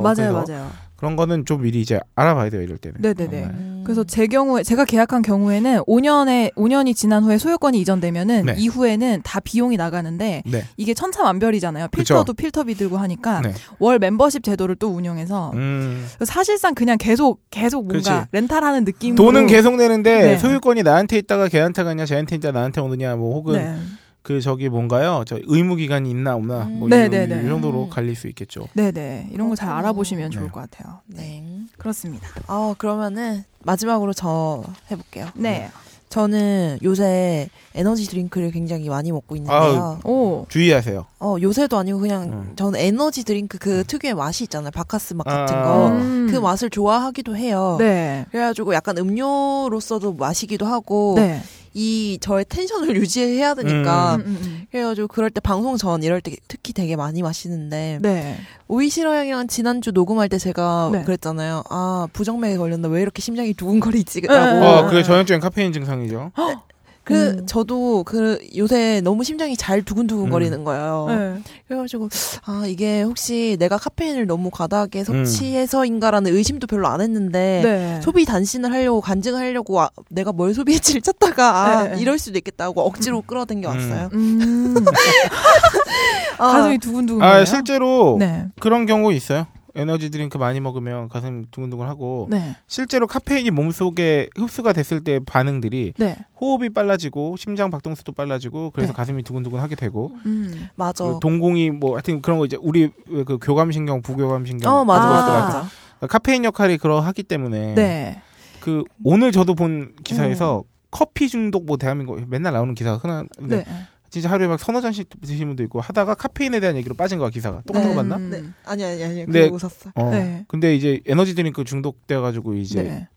Speaker 5: 맞아요,
Speaker 4: 그래서
Speaker 5: 맞아요.
Speaker 4: 그런 거는 좀 미리 이제 알아봐야 돼요, 이럴 때는.
Speaker 5: 네네네.
Speaker 4: 정말.
Speaker 5: 그래서 제 경우에 제가 계약한 경우에는 5년에 5년이 지난 후에 소유권이 이전되면은
Speaker 4: 네.
Speaker 5: 이후에는 다 비용이 나가는데
Speaker 4: 네.
Speaker 5: 이게 천차만별이잖아요. 필터도 필터비 들고 하니까
Speaker 4: 네.
Speaker 5: 월 멤버십 제도를 또 운영해서
Speaker 4: 음.
Speaker 5: 사실상 그냥 계속 계속 뭔가
Speaker 4: 그렇지.
Speaker 5: 렌탈하는 느낌으로
Speaker 4: 돈은 계속 내는데
Speaker 5: 음. 네.
Speaker 4: 소유권이 나한테 있다가 걔한테 가냐, 쟤한테 있다 나한테 오느냐, 뭐 혹은
Speaker 5: 네.
Speaker 4: 그 저기 뭔가요, 저 의무 기간이 있나 없나, 뭐
Speaker 6: 음.
Speaker 4: 이런,
Speaker 5: 네네네.
Speaker 4: 이 정도로 갈릴 수 있겠죠.
Speaker 5: 네네 이런 거 잘
Speaker 6: 그렇구나.
Speaker 5: 알아보시면 좋을
Speaker 4: 네.
Speaker 5: 것 같아요. 네
Speaker 6: 네.
Speaker 5: 그렇습니다.
Speaker 6: 아 그러면은 마지막으로 저 해볼게요.
Speaker 5: 네.
Speaker 6: 저는 요새 에너지 드링크를 굉장히 많이 먹고 있는데요.
Speaker 4: 아유.
Speaker 5: 오.
Speaker 4: 주의하세요.
Speaker 6: 어 요새도 아니고 그냥
Speaker 4: 음.
Speaker 6: 저는 에너지 드링크 그 특유의 맛이 있잖아요. 바카스 맛 같은
Speaker 4: 아.
Speaker 6: 거.
Speaker 5: 음.
Speaker 6: 그 맛을 좋아하기도 해요.
Speaker 5: 네.
Speaker 6: 그래가지고 약간 음료로서도 마시기도 하고
Speaker 5: 네.
Speaker 6: 이 저의 텐션을 유지해야 되니까
Speaker 5: 음, 음, 음.
Speaker 6: 그래가지고 그럴 때 방송 전 이럴 때 특히 되게 많이 마시는데
Speaker 5: 네.
Speaker 6: 오이시러 형이랑 지난주 녹음할 때 제가
Speaker 5: 네.
Speaker 6: 그랬잖아요. 아 부정맥에 걸렸나 왜 이렇게 심장이
Speaker 5: 음.
Speaker 6: 두근거리지라고.
Speaker 4: 어, 그게 전형적인 카페인 증상이죠. 아,
Speaker 6: 그
Speaker 5: 아, 음.
Speaker 6: 저도 그 요새 너무 심장이 잘 두근두근거리는 거예요.
Speaker 5: 네.
Speaker 6: 그래가지고 아 이게 혹시 내가 카페인을 너무 과다하게 섭취해서인가라는 의심도 별로 안 했는데
Speaker 5: 음. 네.
Speaker 6: 소비 단신을 하려고 간증하려고 아, 내가 뭘 소비했지를 찾다가 아,
Speaker 5: 네, 네.
Speaker 6: 이럴 수도 있겠다고 억지로 끌어당겨 왔어요.
Speaker 5: 음.
Speaker 6: 아,
Speaker 5: 가슴이 두근두근.
Speaker 4: 아, 실제로
Speaker 5: 네.
Speaker 4: 그런 경우 있어요. 에너지 드링크 많이 먹으면 가슴 두근두근하고
Speaker 5: 네.
Speaker 4: 실제로 카페인이 몸속에 흡수가 됐을 때 반응들이
Speaker 5: 네.
Speaker 4: 호흡이 빨라지고 심장 박동수도 빨라지고 그래서
Speaker 5: 네.
Speaker 4: 가슴이 두근두근하게 되고
Speaker 5: 음.
Speaker 6: 맞아.
Speaker 4: 그 동공이 뭐 하여튼 그런 거 이제 우리 왜그 교감신경 부교감신경
Speaker 6: 어 맞아
Speaker 4: 그런
Speaker 6: 맞아.
Speaker 4: 것들
Speaker 5: 아.
Speaker 4: 알죠? 카페인 역할이 그러하기 때문에
Speaker 5: 네.
Speaker 4: 그 오늘 저도 본 기사에서 커피 중독 뭐 대한민국 맨날 나오는 기사가 흔한
Speaker 5: 음. 네.
Speaker 4: 데 진짜 하루에 막 서너 잔씩 드시는 분도 있고 하다가 카페인에 대한 얘기로 빠진 거야 기사가
Speaker 5: 네.
Speaker 4: 똑같은 거 봤나?
Speaker 5: 음.
Speaker 6: 네. 아니 아니 아니.
Speaker 4: 네.
Speaker 6: 그러고 샀어요.
Speaker 4: 어.
Speaker 5: 네.
Speaker 4: 근데 이제 에너지 드링크 중독돼 가지고 이제
Speaker 5: 네.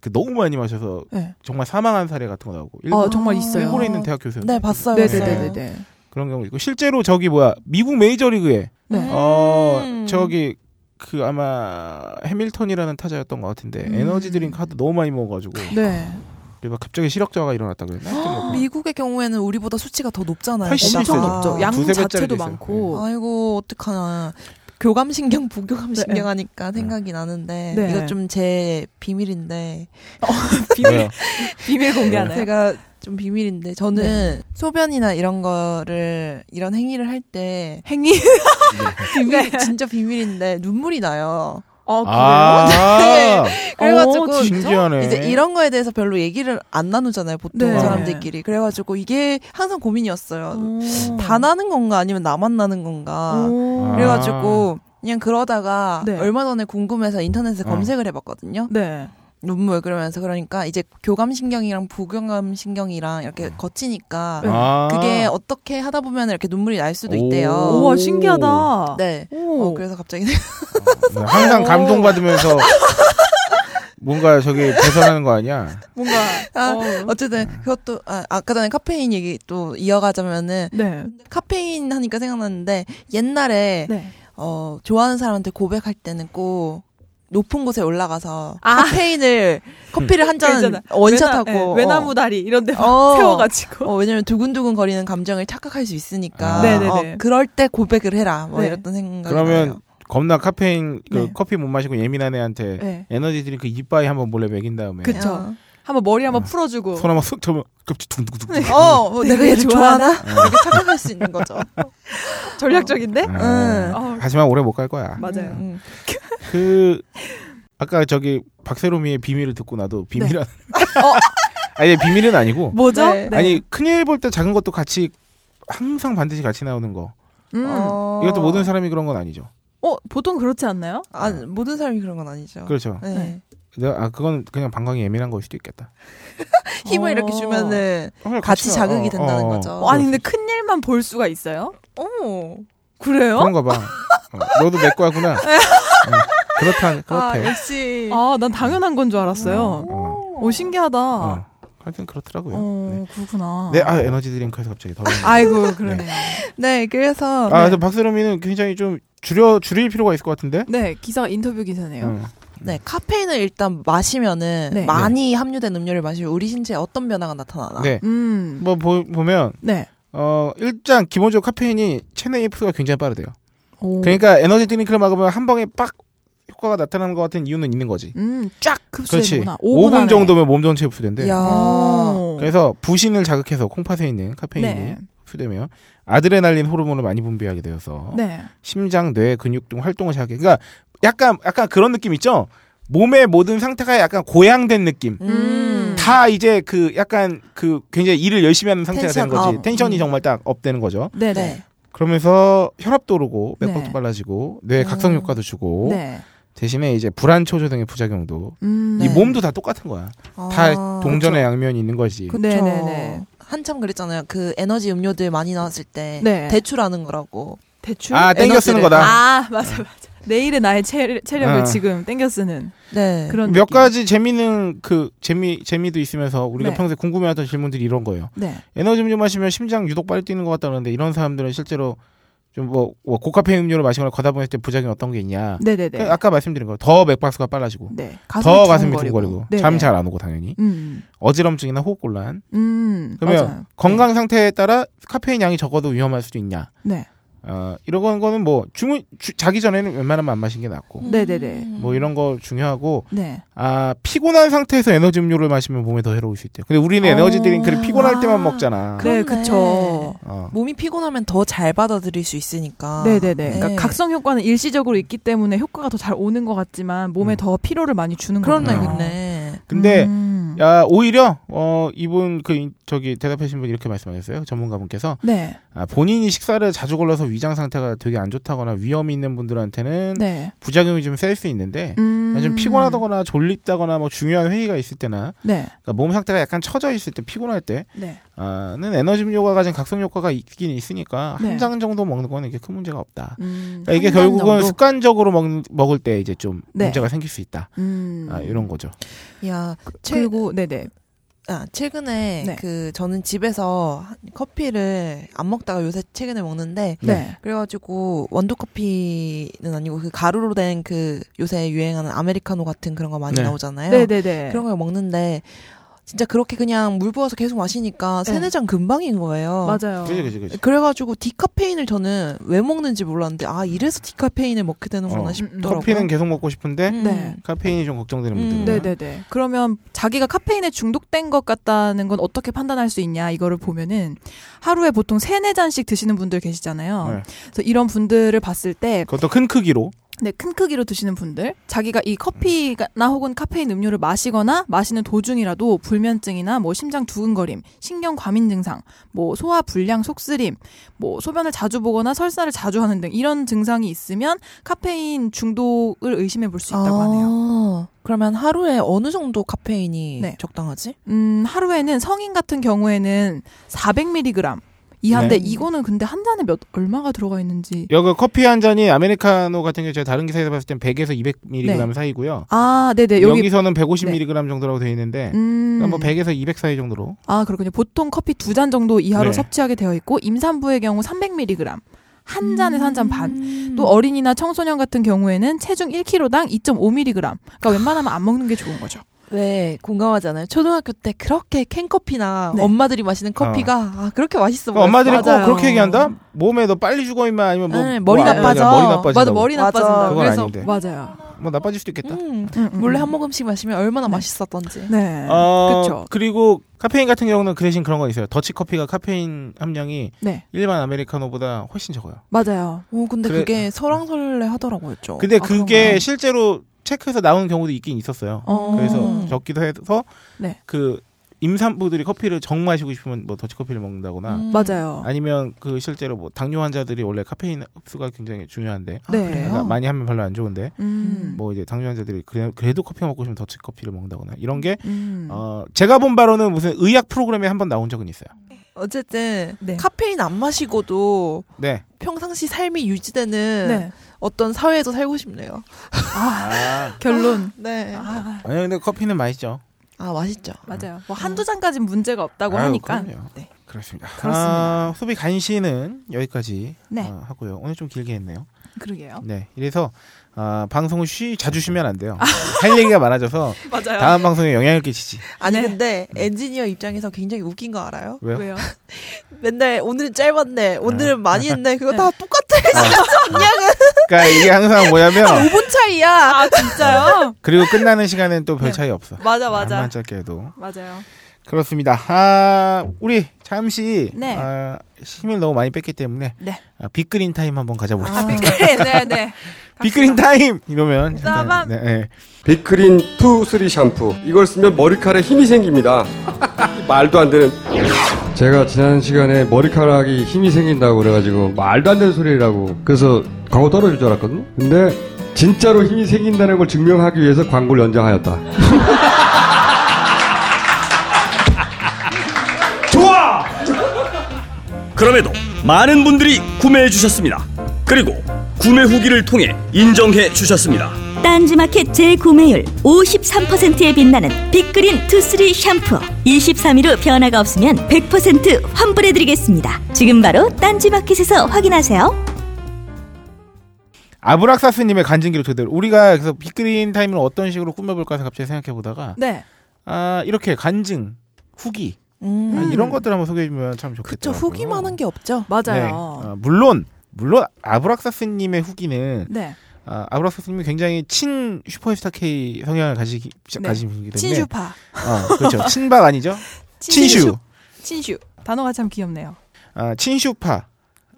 Speaker 4: 그 너무 많이 마셔서
Speaker 5: 네.
Speaker 4: 정말 사망한 사례 같은 거 나오고 일본,
Speaker 5: 아, 정말 있어요.
Speaker 4: 일본에 있는 대학 교수
Speaker 6: 네, 봤어요.
Speaker 5: 네,
Speaker 6: 봤어요.
Speaker 5: 네, 네, 네.
Speaker 4: 그런 경우 있고 실제로 저기 뭐야 미국 메이저리그에
Speaker 5: 네.
Speaker 4: 어 저기 그 아마 해밀턴이라는 타자였던 것 같은데
Speaker 5: 음.
Speaker 4: 에너지 드링크 하도 너무 많이 먹어가지고
Speaker 5: 네.
Speaker 4: 그리고 갑자기 시력저하가 일어났다 그랬나? 하여튼 뭐
Speaker 6: 미국의 경우에는 우리보다 수치가 더 높잖아요.
Speaker 4: 훨씬
Speaker 5: 네, 엄청
Speaker 4: 있어요.
Speaker 5: 높죠.
Speaker 6: 양
Speaker 5: 양
Speaker 4: 두세 배짜리도
Speaker 5: 자체도
Speaker 4: 있어요.
Speaker 5: 많고.
Speaker 6: 아이고 어떡하나. 교감 신경 부교감
Speaker 5: 네.
Speaker 6: 신경 하니까 생각이 나는데
Speaker 5: 네.
Speaker 6: 이거 좀 제 비밀인데
Speaker 5: 네.
Speaker 4: 그래요.
Speaker 5: 비밀 공개하나요? 네.
Speaker 6: 제가 좀 비밀인데 저는 소변이나 이런 거를 이런 행위를 할 때
Speaker 5: 행위.
Speaker 6: 비밀 진짜 비밀인데 눈물이 나요.
Speaker 5: 어,
Speaker 4: 아
Speaker 6: 그래가지고
Speaker 5: 어, 진짜?
Speaker 4: 신기하네.
Speaker 6: 이제 이런 거에 대해서 별로 얘기를 안 나누잖아요 보통
Speaker 5: 네.
Speaker 6: 사람들끼리 그래가지고 이게 항상 고민이었어요.
Speaker 5: 오.
Speaker 6: 다 나는 건가 아니면 나만 나는 건가
Speaker 5: 오.
Speaker 4: 아.
Speaker 6: 그래가지고 그냥 그러다가
Speaker 5: 네.
Speaker 6: 얼마 전에 궁금해서 인터넷에
Speaker 4: 어.
Speaker 6: 검색을 해봤거든요.
Speaker 5: 네.
Speaker 6: 눈물 그러면서 그러니까 이제 교감 신경이랑 부교감 신경이랑 이렇게 거치니까
Speaker 5: 네.
Speaker 4: 아.
Speaker 6: 그게 어떻게 하다 보면 이렇게 눈물이 날 수도
Speaker 4: 오.
Speaker 6: 있대요.
Speaker 5: 우와, 신기하다.
Speaker 6: 어. 네.
Speaker 5: 오.
Speaker 6: 어, 그래서 갑자기
Speaker 4: 네, 항상 감동받으면서 뭔가 저기 배선하는 거 아니야?
Speaker 5: 뭔가
Speaker 6: 아,
Speaker 5: 어.
Speaker 6: 어쨌든
Speaker 4: 네.
Speaker 6: 그것도 아, 아까 전에 카페인 얘기 또 이어가자면은
Speaker 5: 네.
Speaker 6: 카페인 하니까 생각났는데 옛날에
Speaker 5: 네.
Speaker 6: 어 좋아하는 사람한테 고백할 때는 꼭 높은 곳에 올라가서
Speaker 5: 아.
Speaker 6: 카페인을 커피를 한 잔
Speaker 5: 괜찮아.
Speaker 6: 원샷하고
Speaker 5: 외나, 네, 외나무 다리 이런 데막
Speaker 6: 어.
Speaker 5: 세워가지고.
Speaker 6: 어, 왜냐면 두근두근 거리는 감정을 착각할 수 있으니까
Speaker 4: 아.
Speaker 5: 네네네.
Speaker 6: 어, 그럴 때 고백을 해라 뭐
Speaker 5: 네.
Speaker 6: 이랬던 생각이
Speaker 4: 그러면
Speaker 6: 나요.
Speaker 4: 겁나 카페인 그
Speaker 5: 네.
Speaker 4: 커피 못 마시고 예민한 애한테
Speaker 5: 네.
Speaker 4: 에너지 드링크 이빠이 한번 몰래 먹인 다음에
Speaker 5: 그- 그쵸.
Speaker 6: 어.
Speaker 5: 한번 머리
Speaker 4: 아.
Speaker 5: 한번 풀어주고.
Speaker 4: 손 한번 쓱 잡으면 급지 둥둥둥둥.
Speaker 6: 어, 뭐 내가 얘를
Speaker 5: 좋아하나?
Speaker 6: 좋아하나? 어, 이렇게 착각할 수 있는 거죠.
Speaker 5: 전략적인데?
Speaker 4: 아,
Speaker 5: 어.
Speaker 4: 하지만 오래 못 갈 거야.
Speaker 5: 맞아요.
Speaker 6: 음.
Speaker 4: 그 아까 저기 박세롬이의 비밀을 듣고 나도
Speaker 5: 네. 어.
Speaker 4: 비밀한. 아니 비밀은 아니고.
Speaker 5: 뭐죠?
Speaker 6: 네.
Speaker 4: 아니 큰일 볼 때 작은 것도 같이 항상 반드시 같이 나오는 거.
Speaker 5: 음. 어.
Speaker 6: 어.
Speaker 4: 이것도 모든 사람이 그런 건 아니죠.
Speaker 5: 보통 그렇지 않나요?
Speaker 6: 아, 모든 사람이 그런 건
Speaker 5: 어.
Speaker 6: 아니죠.
Speaker 4: 그렇죠.
Speaker 6: 네.
Speaker 4: 내가- 아 그건 그냥 방광이 예민한 걸 수도 있겠다.
Speaker 6: 힘을
Speaker 5: 어.
Speaker 6: 이렇게 주면은
Speaker 4: 같이,
Speaker 6: 같이
Speaker 4: 나-
Speaker 6: 자극이
Speaker 4: 어,
Speaker 6: 된다는
Speaker 4: 어,
Speaker 6: 거죠.
Speaker 4: 어,
Speaker 5: 어, 아니 근데 큰 일만 볼 수가 있어요?
Speaker 6: 어.
Speaker 5: 그래요?
Speaker 4: 그런가 봐. 어, 너도 내 거야구나. 어, 그렇다
Speaker 6: 아,
Speaker 4: 그렇대.
Speaker 6: 역시.
Speaker 5: 아 난 당연한 건 줄 알았어요.
Speaker 4: 어,
Speaker 5: 오 신기하다.
Speaker 4: 어,
Speaker 5: 어,
Speaker 4: 어. 하여튼 그렇더라고요. 네.
Speaker 5: 그렇구나.
Speaker 4: 네, 아 에너지 드링크에서 갑자기 더워.
Speaker 5: 어. 아이고 그러네요.
Speaker 6: 네, 그래서
Speaker 4: 아, 그래서 박세롬이는 굉장히 좀 줄여 줄일 필요가 있을 것 같은데.
Speaker 5: 네 기사가 인터뷰 기사네요.
Speaker 4: 응.
Speaker 6: 네, 카페인을 일단 마시면은
Speaker 5: 네.
Speaker 6: 많이 함유된 음료를 마시면 우리 신체에 어떤 변화가 나타나나.
Speaker 4: 네.
Speaker 5: 음.
Speaker 4: 뭐 보, 보면
Speaker 5: 네.
Speaker 4: 어 일단 기본적으로 카페인이 체내 흡수가 굉장히 빠르대요.
Speaker 5: 오.
Speaker 4: 그러니까 에너지 드링크를 막으면 한 방에 빡 효과가 나타나는 것 같은 이유는 있는 거지.
Speaker 5: 음, 쫙
Speaker 4: 그렇지.
Speaker 5: 흡수되는구나.
Speaker 4: 5분,
Speaker 5: 안에.
Speaker 4: 정도면 몸 전체 흡수된대.
Speaker 6: 이야.
Speaker 5: 오.
Speaker 4: 그래서 부신을 자극해서 콩팥에 있는 카페인이
Speaker 5: 네.
Speaker 4: 흡수되며 아드레날린 호르몬을 많이 분비하게 되어서
Speaker 5: 네.
Speaker 4: 심장, 뇌, 근육 등 활동을 자극해. 그러니까 약간 약간 그런 느낌 있죠. 몸의 모든 상태가 약간 고양된 느낌.
Speaker 6: 음.
Speaker 4: 다 이제 그 약간 그 굉장히 일을 열심히 하는 상태가
Speaker 6: 텐션
Speaker 4: 되는 거지.
Speaker 6: 업.
Speaker 4: 텐션이
Speaker 6: 음.
Speaker 4: 정말 딱 업되는 거죠.
Speaker 5: 네. 네.
Speaker 6: 네.
Speaker 4: 그러면서 혈압도 오르고 맥박도
Speaker 5: 네.
Speaker 4: 빨라지고 뇌 각성
Speaker 6: 음.
Speaker 4: 효과도 주고
Speaker 5: 네.
Speaker 4: 대신에 이제 불안 초조 등의 부작용도
Speaker 5: 음.
Speaker 4: 이
Speaker 6: 네.
Speaker 4: 몸도 다 똑같은 거야. 다
Speaker 5: 아,
Speaker 4: 동전의
Speaker 5: 그렇죠.
Speaker 4: 양면이 있는 거지.
Speaker 5: 그-
Speaker 6: 아. 그쵸.
Speaker 5: 네네네.
Speaker 6: 한참 그랬잖아요. 그 에너지 음료들 많이 나왔을 때
Speaker 5: 네.
Speaker 6: 대출하는 거라고.
Speaker 5: 대출.
Speaker 4: 아 땡겨 쓰는
Speaker 6: 에너지를-
Speaker 4: 거다.
Speaker 5: 아, 맞아 맞아. 내일의 나의 체, 체력을
Speaker 4: 아.
Speaker 5: 지금 땡겨 쓰는
Speaker 6: 네.
Speaker 5: 그런
Speaker 4: 몇
Speaker 5: 느낌.
Speaker 4: 가지 재미는 그 재미 재미도 있으면서 우리가
Speaker 5: 네.
Speaker 4: 평소에 궁금해하던 질문들이 이런 거예요.
Speaker 5: 네.
Speaker 4: 에너지 음료 마시면 심장 유독 빨리 뛰는 것 같다 그러는데 이런 사람들은 실제로 좀 뭐 고카페인 음료를 마시거나 거다 보냈을 때 부작용 어떤 게 있냐?
Speaker 5: 네네네.
Speaker 4: 그러니까 아까 말씀드린 거 더 맥박수가 빨라지고
Speaker 5: 네.
Speaker 4: 더 가슴이 두근거리고
Speaker 5: 네네.
Speaker 4: 잠 잘 안 오고 당연히
Speaker 5: 음.
Speaker 4: 어지럼증이나 호흡곤란
Speaker 5: 음.
Speaker 4: 그러면
Speaker 5: 맞아요.
Speaker 4: 건강 상태에 따라 카페인 양이 적어도 위험할 수도 있냐?
Speaker 5: 네.
Speaker 4: 어, 이런 거는 뭐 주문 주- 자기 전에는 웬만하면 안 마시는 게 낫고
Speaker 5: 음. 네네네.
Speaker 6: 음.
Speaker 4: 뭐 이런 거 중요하고
Speaker 5: 네.
Speaker 4: 아 피곤한 상태에서 에너지 음료를 마시면 몸에 더 해로울 수 있대요. 근데 우리는
Speaker 5: 어.
Speaker 4: 에너지 드링크를 피곤할 때만
Speaker 6: 아.
Speaker 4: 먹잖아.
Speaker 6: 그-
Speaker 5: 네,
Speaker 6: 그렇네.
Speaker 5: 그쵸.
Speaker 4: 어.
Speaker 6: 몸이 피곤하면 더 잘 받아들일 수 있으니까.
Speaker 5: 네네네. 그러니까
Speaker 6: 네.
Speaker 5: 각성 효과는 일시적으로 있기 때문에 효과가 더 잘 오는 것 같지만 몸에
Speaker 4: 음. 아,
Speaker 5: 더 피로를 많이 주는
Speaker 6: 그렇네,
Speaker 5: 거구나.
Speaker 6: 그렇네.
Speaker 4: 근데
Speaker 5: 음.
Speaker 4: 야, 오히려 어 이분 그 인- 저기 대답하신 분 이렇게 말씀하셨어요. 전문가분께서
Speaker 5: 네.
Speaker 4: 아, 본인이 식사를 자주 걸러서 위장 상태가 되게 안 좋다거나 위험이 있는 분들한테는
Speaker 5: 네.
Speaker 4: 부작용이 좀 셀 수 있는데
Speaker 5: 음.
Speaker 4: 좀 피곤하다거나 졸립다거나 뭐 중요한 회의가 있을 때나
Speaker 5: 네.
Speaker 4: 그러니까 몸 상태가 약간 처져 있을 때 피곤할 때는 아,
Speaker 5: 네.
Speaker 4: 에너지 음료가 가진 각성 효과가 있긴 있으니까
Speaker 5: 네.
Speaker 4: 한 장 정도 먹는 건 이게 큰 문제가 없다.
Speaker 5: 음,
Speaker 4: 그러니까 이게
Speaker 5: 한 잔
Speaker 4: 결국은
Speaker 5: 정도?
Speaker 4: 습관적으로 먹, 먹을 때 이제 좀
Speaker 5: 네.
Speaker 4: 문제가 생길 수 있다.
Speaker 5: 음.
Speaker 4: 아, 이런 거죠.
Speaker 6: 야, 최,
Speaker 5: 그리고 네네.
Speaker 6: 아, 최근에
Speaker 5: 네.
Speaker 6: 그 저는 집에서 한- 커피를 안 먹다가 요새 최근에 먹는데
Speaker 5: 네.
Speaker 6: 그래가지고 원두 커피는 아니고 그 가루로 된 그 요새 유행하는 아메리카노 같은 그런 거 많이
Speaker 4: 네.
Speaker 6: 나오잖아요.
Speaker 5: 네, 네, 네.
Speaker 6: 그런 걸 먹는데 진짜 그렇게 그냥 물 부어서 계속 마시니까
Speaker 5: 네.
Speaker 6: 세네 잔 금방인 거예요.
Speaker 5: 맞아요.
Speaker 4: 그지 그지 그지.
Speaker 6: 그래가지고 디카페인을 저는 왜 먹는지 몰랐는데 아 이래서 디카페인을 먹게 되는구나
Speaker 4: 어.
Speaker 6: 싶더라고요.
Speaker 4: 커피는 계속 먹고 싶은데
Speaker 6: 음.
Speaker 5: 네.
Speaker 4: 카페인이 좀 걱정되는
Speaker 6: 음.
Speaker 4: 분들은
Speaker 6: 네,
Speaker 5: 네네네. 그러면 자기가 카페인에 중독된 것 같다는 건 어떻게 판단할 수 있냐 이거를 보면은 하루에 보통 세네 잔씩 드시는 분들 계시잖아요.
Speaker 4: 네.
Speaker 5: 그래서 이런 분들을 봤을 때
Speaker 4: 그것도 큰 크기로
Speaker 5: 네, 큰 크기로 드시는 분들, 자기가 이 커피나 혹은 카페인 음료를 마시거나 마시는 도중이라도 불면증이나 뭐 심장 두근거림, 신경 과민 증상, 뭐 소화 불량, 속쓰림, 뭐 소변을 자주 보거나 설사를 자주 하는 등 이런 증상이 있으면 카페인 중독을 의심해 볼 수 있다고 하네요.
Speaker 6: 아, 그러면 하루에 어느 정도 카페인이
Speaker 5: 네.
Speaker 6: 적당하지?
Speaker 5: 음, 하루에는 성인 같은 경우에는 400mg 이하인데
Speaker 6: 네.
Speaker 5: 이거는 근데 한 잔에 몇 얼마가 들어가 있는지
Speaker 4: 여기 커피 한 잔이 아메리카노 같은 게 제가 다른 기사에서 봤을 땐 100에서 200mg 사이고요.
Speaker 5: 아, 네, 네. 여기,
Speaker 4: 여기서는 150mg 정도라고 되어 있는데
Speaker 5: 음.
Speaker 4: 그러니까 뭐 100에서 200 사이 정도로
Speaker 5: 아 그렇군요. 보통 커피 두 잔 정도 이하로
Speaker 4: 네.
Speaker 5: 섭취하게 되어 있고 임산부의 경우 300mg 한 잔에 서 한 잔 반.
Speaker 6: 음.
Speaker 5: 또 어린이나 청소년 같은 경우에는 체중 1kg당 2.5mg. 그러니까 웬만하면 안 먹는 게 좋은 거죠.
Speaker 6: 왜 네, 공감하잖아요. 초등학교 때 그렇게 캔커피나
Speaker 5: 네.
Speaker 6: 엄마들이 마시는 커피가 아, 그렇게 맛있어
Speaker 4: 그러니까 엄마들이
Speaker 6: 보였어. 맞아요.
Speaker 4: 꼭 그렇게 얘기한다. 몸에 너 빨리 죽어 임마 아니면 뭐
Speaker 6: 네, 머리
Speaker 4: 뭐 아니면
Speaker 6: 나빠져.
Speaker 4: 그냥 머리 나빠진다고.
Speaker 6: 맞아 머리
Speaker 5: 맞아.
Speaker 6: 나빠진다.
Speaker 4: 그건
Speaker 6: 그래서
Speaker 4: 아닌데.
Speaker 5: 맞아요.
Speaker 4: 뭐 나빠질 수도 있겠다.
Speaker 6: 음,
Speaker 5: 음, 음.
Speaker 6: 몰래 한 모금씩 마시면 얼마나 맛있었던지.
Speaker 5: 네.
Speaker 4: 어,
Speaker 5: 그렇죠.
Speaker 4: 그리고 카페인 같은 경우는 그 대신 그런 건 있어요. 더치 커피가 카페인 함량이
Speaker 5: 네.
Speaker 4: 일반 아메리카노보다 훨씬 적어요.
Speaker 5: 맞아요.
Speaker 6: 오 근데
Speaker 4: 그래-
Speaker 6: 그게 설왕설래 하더라고요. 좀.
Speaker 4: 근데
Speaker 5: 아,
Speaker 4: 그게
Speaker 5: 그런가요?
Speaker 4: 실제로 체크해서 나온 경우도 있긴 있었어요.
Speaker 5: 어.
Speaker 6: 음.
Speaker 4: 그래서 적기도 해서
Speaker 5: 네.
Speaker 4: 그 임산부들이 커피를 정 마시고 싶으면 뭐 더치 커피를 먹는다거나
Speaker 6: 음.
Speaker 5: 맞아요.
Speaker 4: 아니면 그 실제로 뭐 당뇨 환자들이 원래 카페인 흡수가 굉장히 중요한데
Speaker 6: 아,
Speaker 5: 네.
Speaker 6: 그래요?
Speaker 4: 그러니까 많이 하면 별로 안 좋은데
Speaker 5: 음.
Speaker 4: 뭐 이제 당뇨 환자들이 그래- 그래도 커피 먹고 싶으면 더치 커피를 먹는다거나 이런 게
Speaker 5: 음.
Speaker 4: 어, 제가 본 바로는 무슨 의학 프로그램에 한 번 나온 적은 있어요.
Speaker 6: 어쨌든
Speaker 5: 네.
Speaker 6: 카페인 안 마시고도
Speaker 4: 네.
Speaker 6: 평상시 삶이 유지되는
Speaker 5: 네.
Speaker 6: 어떤 사회에서 살고 싶네요.
Speaker 4: 아.
Speaker 5: 결론.
Speaker 6: 네. 아,
Speaker 5: 아,
Speaker 4: 아니 근데 커피는 맛있죠.
Speaker 6: 맛있죠.
Speaker 5: 맞아요. 뭐 한두 잔까진 문제가 없다고
Speaker 4: 아유,
Speaker 5: 하니까.
Speaker 4: 그럼요.
Speaker 5: 네.
Speaker 4: 그렇습니다.
Speaker 5: 그렇습니다.
Speaker 4: 아, 소비 간신은 여기까지
Speaker 5: 네. 어?
Speaker 4: 어, 하고요. 오늘 좀 길게 했네요.
Speaker 5: 그러게요.
Speaker 4: 네. 이래서 아, 방송을 쉬 자주 쉬면 안 돼요. 할 얘기가 많아져서
Speaker 5: 아. 맞아요.
Speaker 4: 다음 방송에 영향을 끼치지.
Speaker 6: 아니
Speaker 5: 네.
Speaker 6: 근데 엔지니어 입장에서 굉장히 웃긴 거 알아요?
Speaker 4: 왜요?
Speaker 5: 왜요?
Speaker 6: 맨날 오늘은 짧았네, 오늘은 많이 했네, 그거
Speaker 5: 네.
Speaker 6: 다 똑같아.
Speaker 4: 그러니까 이게 항상 뭐냐면
Speaker 6: 5분 차이야.
Speaker 5: 아 진짜요?
Speaker 4: 그리고 끝나는 시간은 또 별
Speaker 5: 네.
Speaker 4: 차이 없어.
Speaker 5: 맞아 맞아
Speaker 4: 만 짧게 해도
Speaker 5: 맞아요.
Speaker 4: 그렇습니다. 아, 우리 잠시
Speaker 5: 네.
Speaker 4: 아, 힘을 너무 많이 뺐기 때문에
Speaker 5: 네. 아,
Speaker 4: 아, 빅그린 타임 한번 가져봅시다.
Speaker 5: 네네.
Speaker 4: 빅그린 타임 이러면
Speaker 5: 나만-
Speaker 4: 네, 네.
Speaker 1: 비크린 2, 3 샴푸. 이걸 쓰면 머리카락에 힘이 생깁니다. 말도 안 되는. 제가 지난 시간에 머리카락이 힘이 생긴다고 그래가지고 말도 안 되는 소리라고. 그래서 광고 떨어질 줄 알았거든요. 근데 진짜로 힘이 생긴다는 걸 증명하기 위해서 광고를 연장하였다.
Speaker 7: 좋아! 그럼에도 많은 분들이 구매해 주셨습니다. 그리고 구매 후기를 통해 인정해 주셨습니다.
Speaker 8: 딴지마켓 재구매율 53%에 빛나는 빅그린 투쓰리 샴푸 23일 후 변화가 없으면 100% 환불해드리겠습니다 지금 바로 딴지마켓에서 확인하세요
Speaker 4: 아브락사스님의 간증기로 그대로 우리가 그래서 빅그린 타임을 어떤 식으로 꾸며볼까 해서 갑자기 생각해보다가
Speaker 5: 네.
Speaker 4: 아 이렇게 간증 후기
Speaker 6: 음.
Speaker 4: 아,
Speaker 5: 음.
Speaker 4: 이런 것들 한번 소개해주면 참
Speaker 6: 그쵸,
Speaker 4: 좋겠더라고요.
Speaker 6: 후기만한 게 없죠.
Speaker 4: 네.
Speaker 5: 맞아요.
Speaker 4: 아, 물론 물론 아브락사스님의 후기는
Speaker 5: 네.
Speaker 4: 아, 아브락사스님이 굉장히 친 슈퍼스타 K 성향을 가지기
Speaker 5: 네.
Speaker 4: 가지기 때문에
Speaker 5: 친슈파.
Speaker 4: 어, 그렇죠 친박 아니죠 친슈
Speaker 5: 친슈. 단어가 참 귀엽네요.
Speaker 4: 아, 친슈파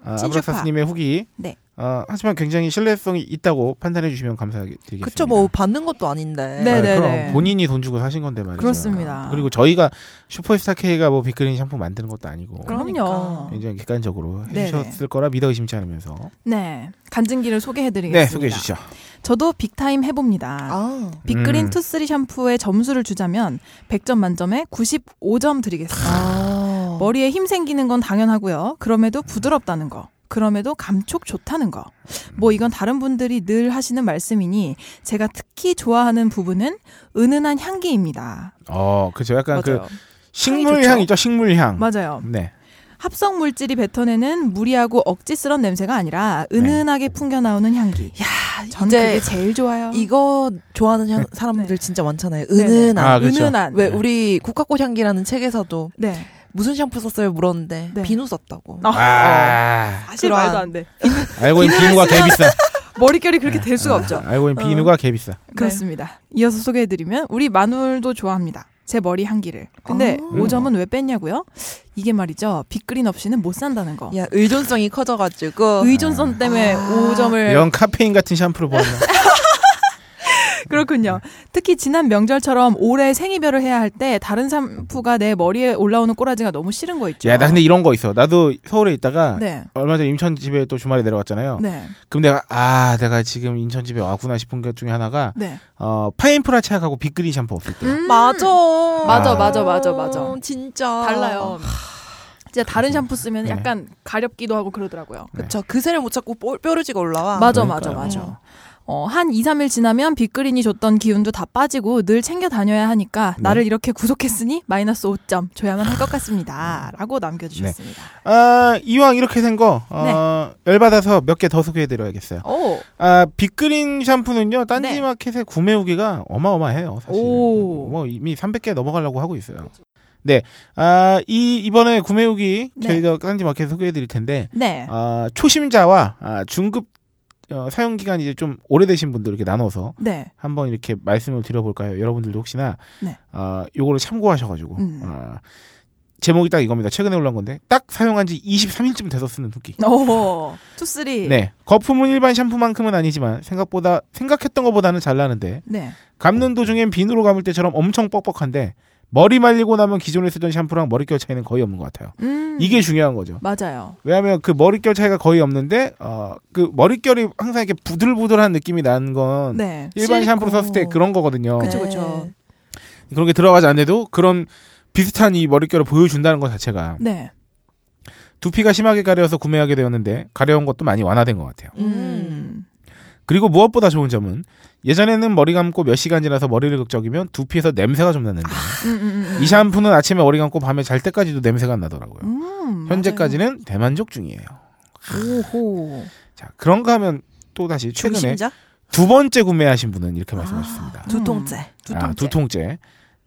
Speaker 4: 아,
Speaker 5: 친슈파.
Speaker 4: 아브락사스님의 후기.
Speaker 5: 네.
Speaker 4: 아, 하지만 굉장히 신뢰성이 있다고 판단해 주시면 감사드리겠습니다.
Speaker 6: 그쵸 뭐 받는 것도 아닌데.
Speaker 5: 네. 네네네.
Speaker 4: 그럼 본인이 돈 주고 사신 건데 말이죠.
Speaker 5: 그렇습니다.
Speaker 4: 그리고 저희가 슈퍼스타 K가 뭐 빅그린 샴푸 만드는 것도 아니고
Speaker 5: 그럼요.
Speaker 4: 굉장히 객관적으로
Speaker 5: 네네.
Speaker 4: 해주셨을 거라 믿어 의심치 않으면서
Speaker 5: 네. 간증기를 소개해드리겠습니다.
Speaker 4: 네 소개해 주시죠.
Speaker 5: 저도 빅타임 해봅니다.
Speaker 6: 아
Speaker 5: 빅그린
Speaker 4: 음.
Speaker 5: 투쓰리 샴푸의 점수를 주자면 100점 만점에 95점 드리겠습니다.
Speaker 6: 아.
Speaker 5: 머리에 힘 생기는 건 당연하고요. 그럼에도 부드럽다는 거. 그럼에도 감촉 좋다는 거. 뭐 이건 다른 분들이 늘 하시는 말씀이니 제가 특히 좋아하는 부분은 은은한 향기입니다.
Speaker 4: 어 그죠 약간 그
Speaker 5: 맞아요.
Speaker 4: 식물
Speaker 5: 좋죠.
Speaker 4: 향 있죠 식물 향.
Speaker 5: 맞아요.
Speaker 4: 네.
Speaker 5: 합성 물질이 뱉어내는 무리하고 억지스런 냄새가 아니라
Speaker 4: 네.
Speaker 5: 은은하게 풍겨 나오는 향기. 야, 저는
Speaker 6: 이제
Speaker 5: 그게 제일 좋아요.
Speaker 6: 이거 좋아하는 향- 사람들 진짜 많잖아요. 은은한.
Speaker 4: 아, 그쵸.
Speaker 5: 은은한.
Speaker 6: 왜 우리 국화꽃 향기라는 책에서도
Speaker 5: 네.
Speaker 6: 무슨 샴푸 썼어요 물었는데
Speaker 5: 네.
Speaker 6: 비누 썼다고.
Speaker 5: 아,
Speaker 4: 아
Speaker 5: 사실
Speaker 6: 그러한-
Speaker 5: 말도 안 돼.
Speaker 4: 알고
Speaker 5: 그
Speaker 4: 있는 비누가 개 비싸.
Speaker 5: 머릿결이 그렇게 될 수가 없죠.
Speaker 4: 알고 있는 비누가 개 비싸.
Speaker 5: 아, 그렇습니다. 이어서 소개해드리면 우리 마눌도 좋아합니다. 제 머리 향기를. 근데
Speaker 6: 아.
Speaker 5: 오점은왜 뺐냐고요? 이게 말이죠. 빅그린 없이는 못 산다는 거.
Speaker 6: 야 의존성이 커져가지고.
Speaker 5: 의존성 때문에
Speaker 6: 아.
Speaker 5: 오점을
Speaker 4: 영 카페인 같은 샴푸를 보았나.
Speaker 5: 그렇군요. 특히 지난 명절처럼 올해 생이별을 해야 할 때 다른 샴푸가 내 머리에 올라오는 꼬라지가 너무 싫은 거 있죠.
Speaker 4: 야, 나 근데 이런 거 있어. 나도 서울에 있다가
Speaker 5: 아. 네.
Speaker 4: 얼마 전에 인천 집에 또 주말에 내려갔잖아요.
Speaker 5: 네.
Speaker 4: 그럼 내가 아, 내가 지금 인천 집에 왔구나 싶은 것 중에 하나가
Speaker 5: 네.
Speaker 4: 어, 파인프라 착하고 빅그린 샴푸 없을 때.
Speaker 5: 음.
Speaker 6: 음. 맞아.
Speaker 4: 맞아,
Speaker 5: 맞아, 맞아, 맞아.
Speaker 6: 진짜
Speaker 5: 달라요. 진짜 어. 다른 샴푸 쓰면
Speaker 4: 네.
Speaker 5: 약간 가렵기도 하고 그러더라고요.
Speaker 6: 그쵸 그새를 못 찾고 뽀- 뾰루지가 올라와.
Speaker 5: 맞아, 맞아,
Speaker 4: 그러니까요.
Speaker 5: 맞아. 어, 한 2, 3일 지나면 빅그린이 줬던 기운도 다 빠지고 늘 챙겨 다녀야 하니까
Speaker 4: 네.
Speaker 5: 나를 이렇게 구속했으니 마이너스 5점 줘야만 할 것 같습니다.
Speaker 4: 음.
Speaker 5: 라고 남겨주셨습니다.
Speaker 4: 아, 이왕 이렇게 된 거, 어,
Speaker 5: 네.
Speaker 4: 열받아서 몇 개 더 소개해드려야겠어요.
Speaker 5: 오,
Speaker 4: 아, 빅그린 샴푸는요, 딴지
Speaker 5: 네.
Speaker 4: 마켓의 구매 후기가 어마어마해요, 사실.
Speaker 5: 오. 그렇죠.
Speaker 4: 뭐, 이미 300개 넘어가려고 하고 있어요. 네. 아, 이, 이번에 구매 후기
Speaker 5: 네.
Speaker 4: 저희가 딴지 마켓 소개해드릴 텐데,
Speaker 5: 네.
Speaker 4: 아, 초심자와 아, 중급 어, 사용 기간이 이제 좀 오래되신 분들 이렇게 나눠서
Speaker 5: 네.
Speaker 4: 한번 이렇게 말씀을 드려볼까요? 여러분들도 혹시나
Speaker 5: 네.
Speaker 4: 아, 요거를 참고하셔가지고
Speaker 5: 음.
Speaker 4: 아, 제목이 딱 이겁니다. 최근에 올라온 건데 딱 사용한 지 23일쯤 돼서 쓰는 후기.
Speaker 5: 오, 투쓰리.
Speaker 4: 네, 거품은 일반 샴푸만큼은 아니지만 생각보다 생각했던 것보다는 잘 나는데
Speaker 5: 네.
Speaker 4: 감는 도중엔 비누로 감을 때처럼 엄청 뻑뻑한데 머리 말리고 나면 기존에 쓰던 샴푸랑 머릿결 차이는 거의 없는 것 같아요.
Speaker 5: 음,
Speaker 4: 이게 중요한 거죠.
Speaker 5: 맞아요.
Speaker 4: 왜냐하면 그 머릿결 차이가 거의 없는데 어 그 머릿결이 항상 이렇게 부들부들한 느낌이 나는 건
Speaker 5: 네.
Speaker 4: 일반
Speaker 6: 실리콘.
Speaker 4: 샴푸 썼을 때 그런 거거든요.
Speaker 6: 그쵸
Speaker 5: 네.
Speaker 6: 그쵸.
Speaker 4: 그런 게 들어가지 않는데도 그런 비슷한 이 머릿결을 보여준다는 것 자체가
Speaker 5: 네.
Speaker 4: 두피가 심하게 가려워서 구매하게 되었는데 가려운 것도 많이 완화된 것 같아요.
Speaker 5: 음.
Speaker 4: 그리고 무엇보다 좋은 점은 예전에는 머리 감고 몇 시간 지나서 머리를 극적이면 두피에서 냄새가 좀 났는데
Speaker 5: 음, 음, 음,
Speaker 4: 이 샴푸는 아침에 머리 감고 밤에 잘 때까지도 냄새가 안 나더라고요.
Speaker 5: 음. 음,
Speaker 4: 현재까지는 대만족 중이에요.
Speaker 5: 맞아요. 오호.
Speaker 4: 자 그런가 하면 또 다시 최근에 음.
Speaker 6: 중심자
Speaker 4: 두 번째 구매하신 분은 이렇게 말씀하셨습니다.
Speaker 6: 두 통째.
Speaker 4: 아, 두 통째.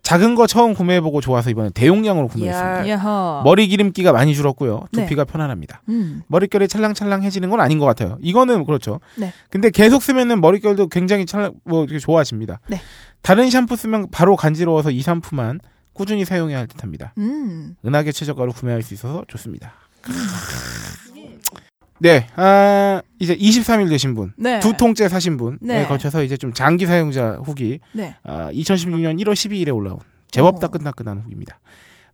Speaker 4: 작은 거 처음 구매해보고 좋아서 이번에 대용량으로 구매했습니다.
Speaker 6: 이야.
Speaker 5: 예허.
Speaker 4: 머리 기름기가 많이 줄었고요.
Speaker 5: 네.
Speaker 4: 두피가 편안합니다.
Speaker 5: 음.
Speaker 4: 머릿결이 찰랑찰랑해지는 건 아닌 것 같아요. 이거는 그렇죠.
Speaker 5: 네.
Speaker 4: 근데 계속 쓰면은 머릿결도 굉장히 찰랑 뭐 이렇게 좋아집니다.
Speaker 5: 네.
Speaker 4: 다른 샴푸 쓰면 바로 간지러워서 이 샴푸만 꾸준히 사용해야 할 듯합니다.
Speaker 5: 음.
Speaker 4: 은하계 최저가로 구매할 수 있어서 좋습니다. 네, 아, 이제 23일 되신 분,
Speaker 5: 네.
Speaker 4: 두 통째 사신 분에
Speaker 5: 네.
Speaker 4: 거쳐서 이제 좀 장기 사용자 후기
Speaker 5: 네.
Speaker 4: 아, 2016년 1월 12일에 올라온 제법 따끈따끈한 후기입니다.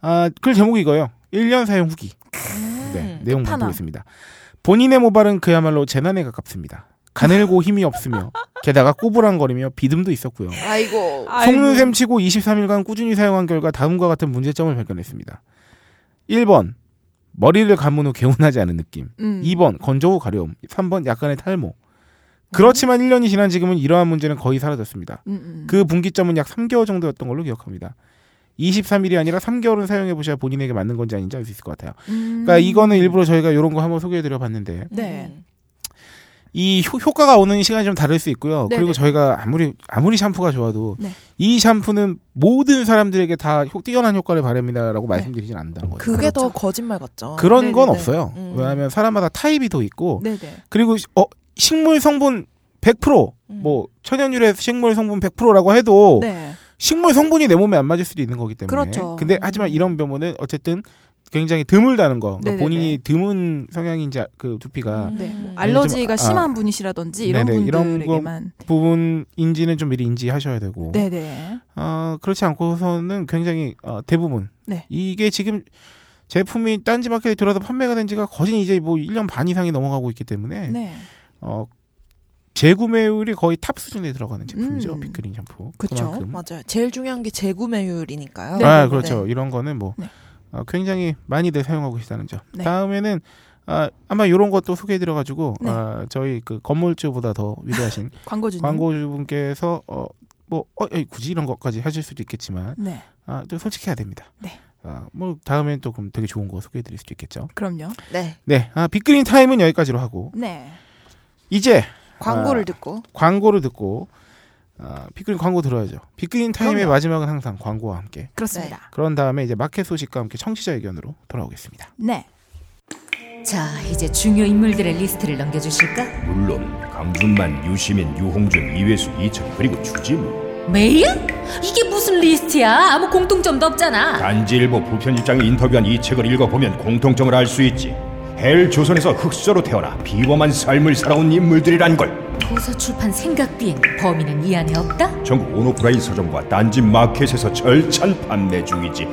Speaker 4: 아, 글 제목이 이거예요. 1년 사용 후기.
Speaker 6: 음,
Speaker 4: 네, 내용
Speaker 5: 끝판왕.
Speaker 4: 보겠습니다. 본인의 모발은 그야말로 재난에 가깝습니다. 가늘고 힘이 없으며 게다가 꼬부랑거리며 비듬도 있었고요.
Speaker 6: 아이고.
Speaker 5: 음,
Speaker 4: 속는 셈 치고 23일간 꾸준히 사용한 결과 다음과 같은 문제점을 발견했습니다. 1번 머리를 감은 후 개운하지 않은 느낌.
Speaker 5: 음.
Speaker 4: 2번 건조 후 가려움. 3번 약간의 탈모. 그렇지만 1년이 지난 지금은 이러한 문제는 거의 사라졌습니다.
Speaker 5: 음, 음.
Speaker 4: 그 분기점은 약 3개월 정도였던 걸로 기억합니다. 23일이 아니라 3개월은 사용해 보셔야 본인에게 맞는 건지 아닌지 알 수 있을 것 같아요.
Speaker 5: 음.
Speaker 4: 그러니까 이거는 일부러 저희가 이런 거 한번 소개해 드려 봤는데
Speaker 5: 네.
Speaker 6: 음.
Speaker 4: 이 효, 과가 오는 시간이 좀 다를 수 있고요.
Speaker 5: 네네.
Speaker 4: 그리고 저희가 아무리 아무리 샴푸가 좋아도
Speaker 5: 네.
Speaker 4: 이 샴푸는 모든 사람들에게 다 효- 뛰어난 효과를 바랍니다라고 말씀드리진 않는다는 거죠.
Speaker 6: 그게
Speaker 5: 네. 그렇죠.
Speaker 6: 더 거짓말 같죠.
Speaker 4: 런건
Speaker 5: 네네네.
Speaker 4: 없어요.
Speaker 6: 음.
Speaker 4: 왜냐하면 사람마다 타입이 더 있고
Speaker 5: 네네.
Speaker 4: 그리고 시- 어 식물 성분
Speaker 6: 음.
Speaker 4: 100%뭐 천연유래 식물 성분 100%라고 해도
Speaker 5: 음. 네.
Speaker 4: 식물 성분이 내 몸에 안 맞을 수도 있는 거기 때문에.
Speaker 5: 그렇죠.
Speaker 4: 근데 하지만 이런 병원은 어쨌든 굉장히 드물다는 거. 그러니까
Speaker 5: 네네네.
Speaker 4: 본인이 드문 성향인지 아- 그 두피가
Speaker 5: 네. 뭐
Speaker 6: 음.
Speaker 5: 알러지가
Speaker 4: 아.
Speaker 5: 심한 분이시라든지 이런 뭐-
Speaker 4: 네네, 이런
Speaker 5: 분들에게만
Speaker 4: 부분인지는 좀 미리 인지하셔야 되고.
Speaker 5: 네네
Speaker 4: 어, 그렇지 않고서는 굉장히 어, 대부분
Speaker 5: 네.
Speaker 4: 이게 지금 제품이 딴지 마켓에 들어서 판매가 된 지가 거진 이제 뭐 1년 반 이상이 넘어가고 있기 때문에
Speaker 5: 네
Speaker 4: 어, 재구매율이 거의 탑 수준에 들어가는 제품이죠.
Speaker 5: 음.
Speaker 4: 빅그린 샴푸.
Speaker 5: 그쵸.
Speaker 4: 그만큼.
Speaker 6: 맞아요. 제일 중요한 게 재구매율이니까요.
Speaker 4: 아,
Speaker 6: 네.
Speaker 4: 그렇죠. 이런 거는 뭐
Speaker 5: 네.
Speaker 4: 어, 굉장히 많이들 사용하고 계시다는 점.
Speaker 5: 네.
Speaker 4: 다음에는 아, 아마 이런 것도 소개해드려가지고
Speaker 5: 네.
Speaker 4: 아, 저희 그 건물주보다 더 위대하신
Speaker 5: 광고주님
Speaker 4: 광고주분께서 어, 뭐 어, 에이, 굳이 이런 것까지 하실 수도 있겠지만
Speaker 5: 네
Speaker 4: 아, 좀 솔직해야 됩니다.
Speaker 5: 네.
Speaker 4: 아, 뭐 다음엔 또 그럼 되게 좋은 거 소개해드릴 수도 있겠죠.
Speaker 5: 그럼요
Speaker 6: 네.
Speaker 4: 네, 아, 빅그린 타임은 여기까지로 하고
Speaker 5: 네
Speaker 4: 이제
Speaker 6: 광고를
Speaker 4: 아.
Speaker 6: 듣고
Speaker 4: 광고를 듣고 아, 빅그린 광고 들어야죠. 빅그린 타임의
Speaker 5: 그럼요.
Speaker 4: 마지막은 항상 광고와 함께.
Speaker 5: 그렇습니다
Speaker 4: 그런 다음에 이제 마켓 소식과 함께 청취자 의견으로 돌아오겠습니다.
Speaker 5: 네
Speaker 3: 자, 이제 중요 인물들의 리스트를 넘겨주실까?
Speaker 9: 물론 강준만, 유시민, 유홍준, 이회수, 이철 그리고 주지무
Speaker 8: 메일? 이게 무슨 리스트야? 아무 공통점도 없잖아.
Speaker 9: 단지일보 부편일장이 인터뷰한 이 책을 읽어보면 공통점을 알 수 있지 헬 조선에서 흑서로 태어나 비범한 삶을 살아온 인물들이란 걸
Speaker 8: 도서 출판 생각 비행 범인은 이 안에 없다?
Speaker 9: 전국 온오프라인 서점과 딴지 마켓에서 절찬 판매 중이지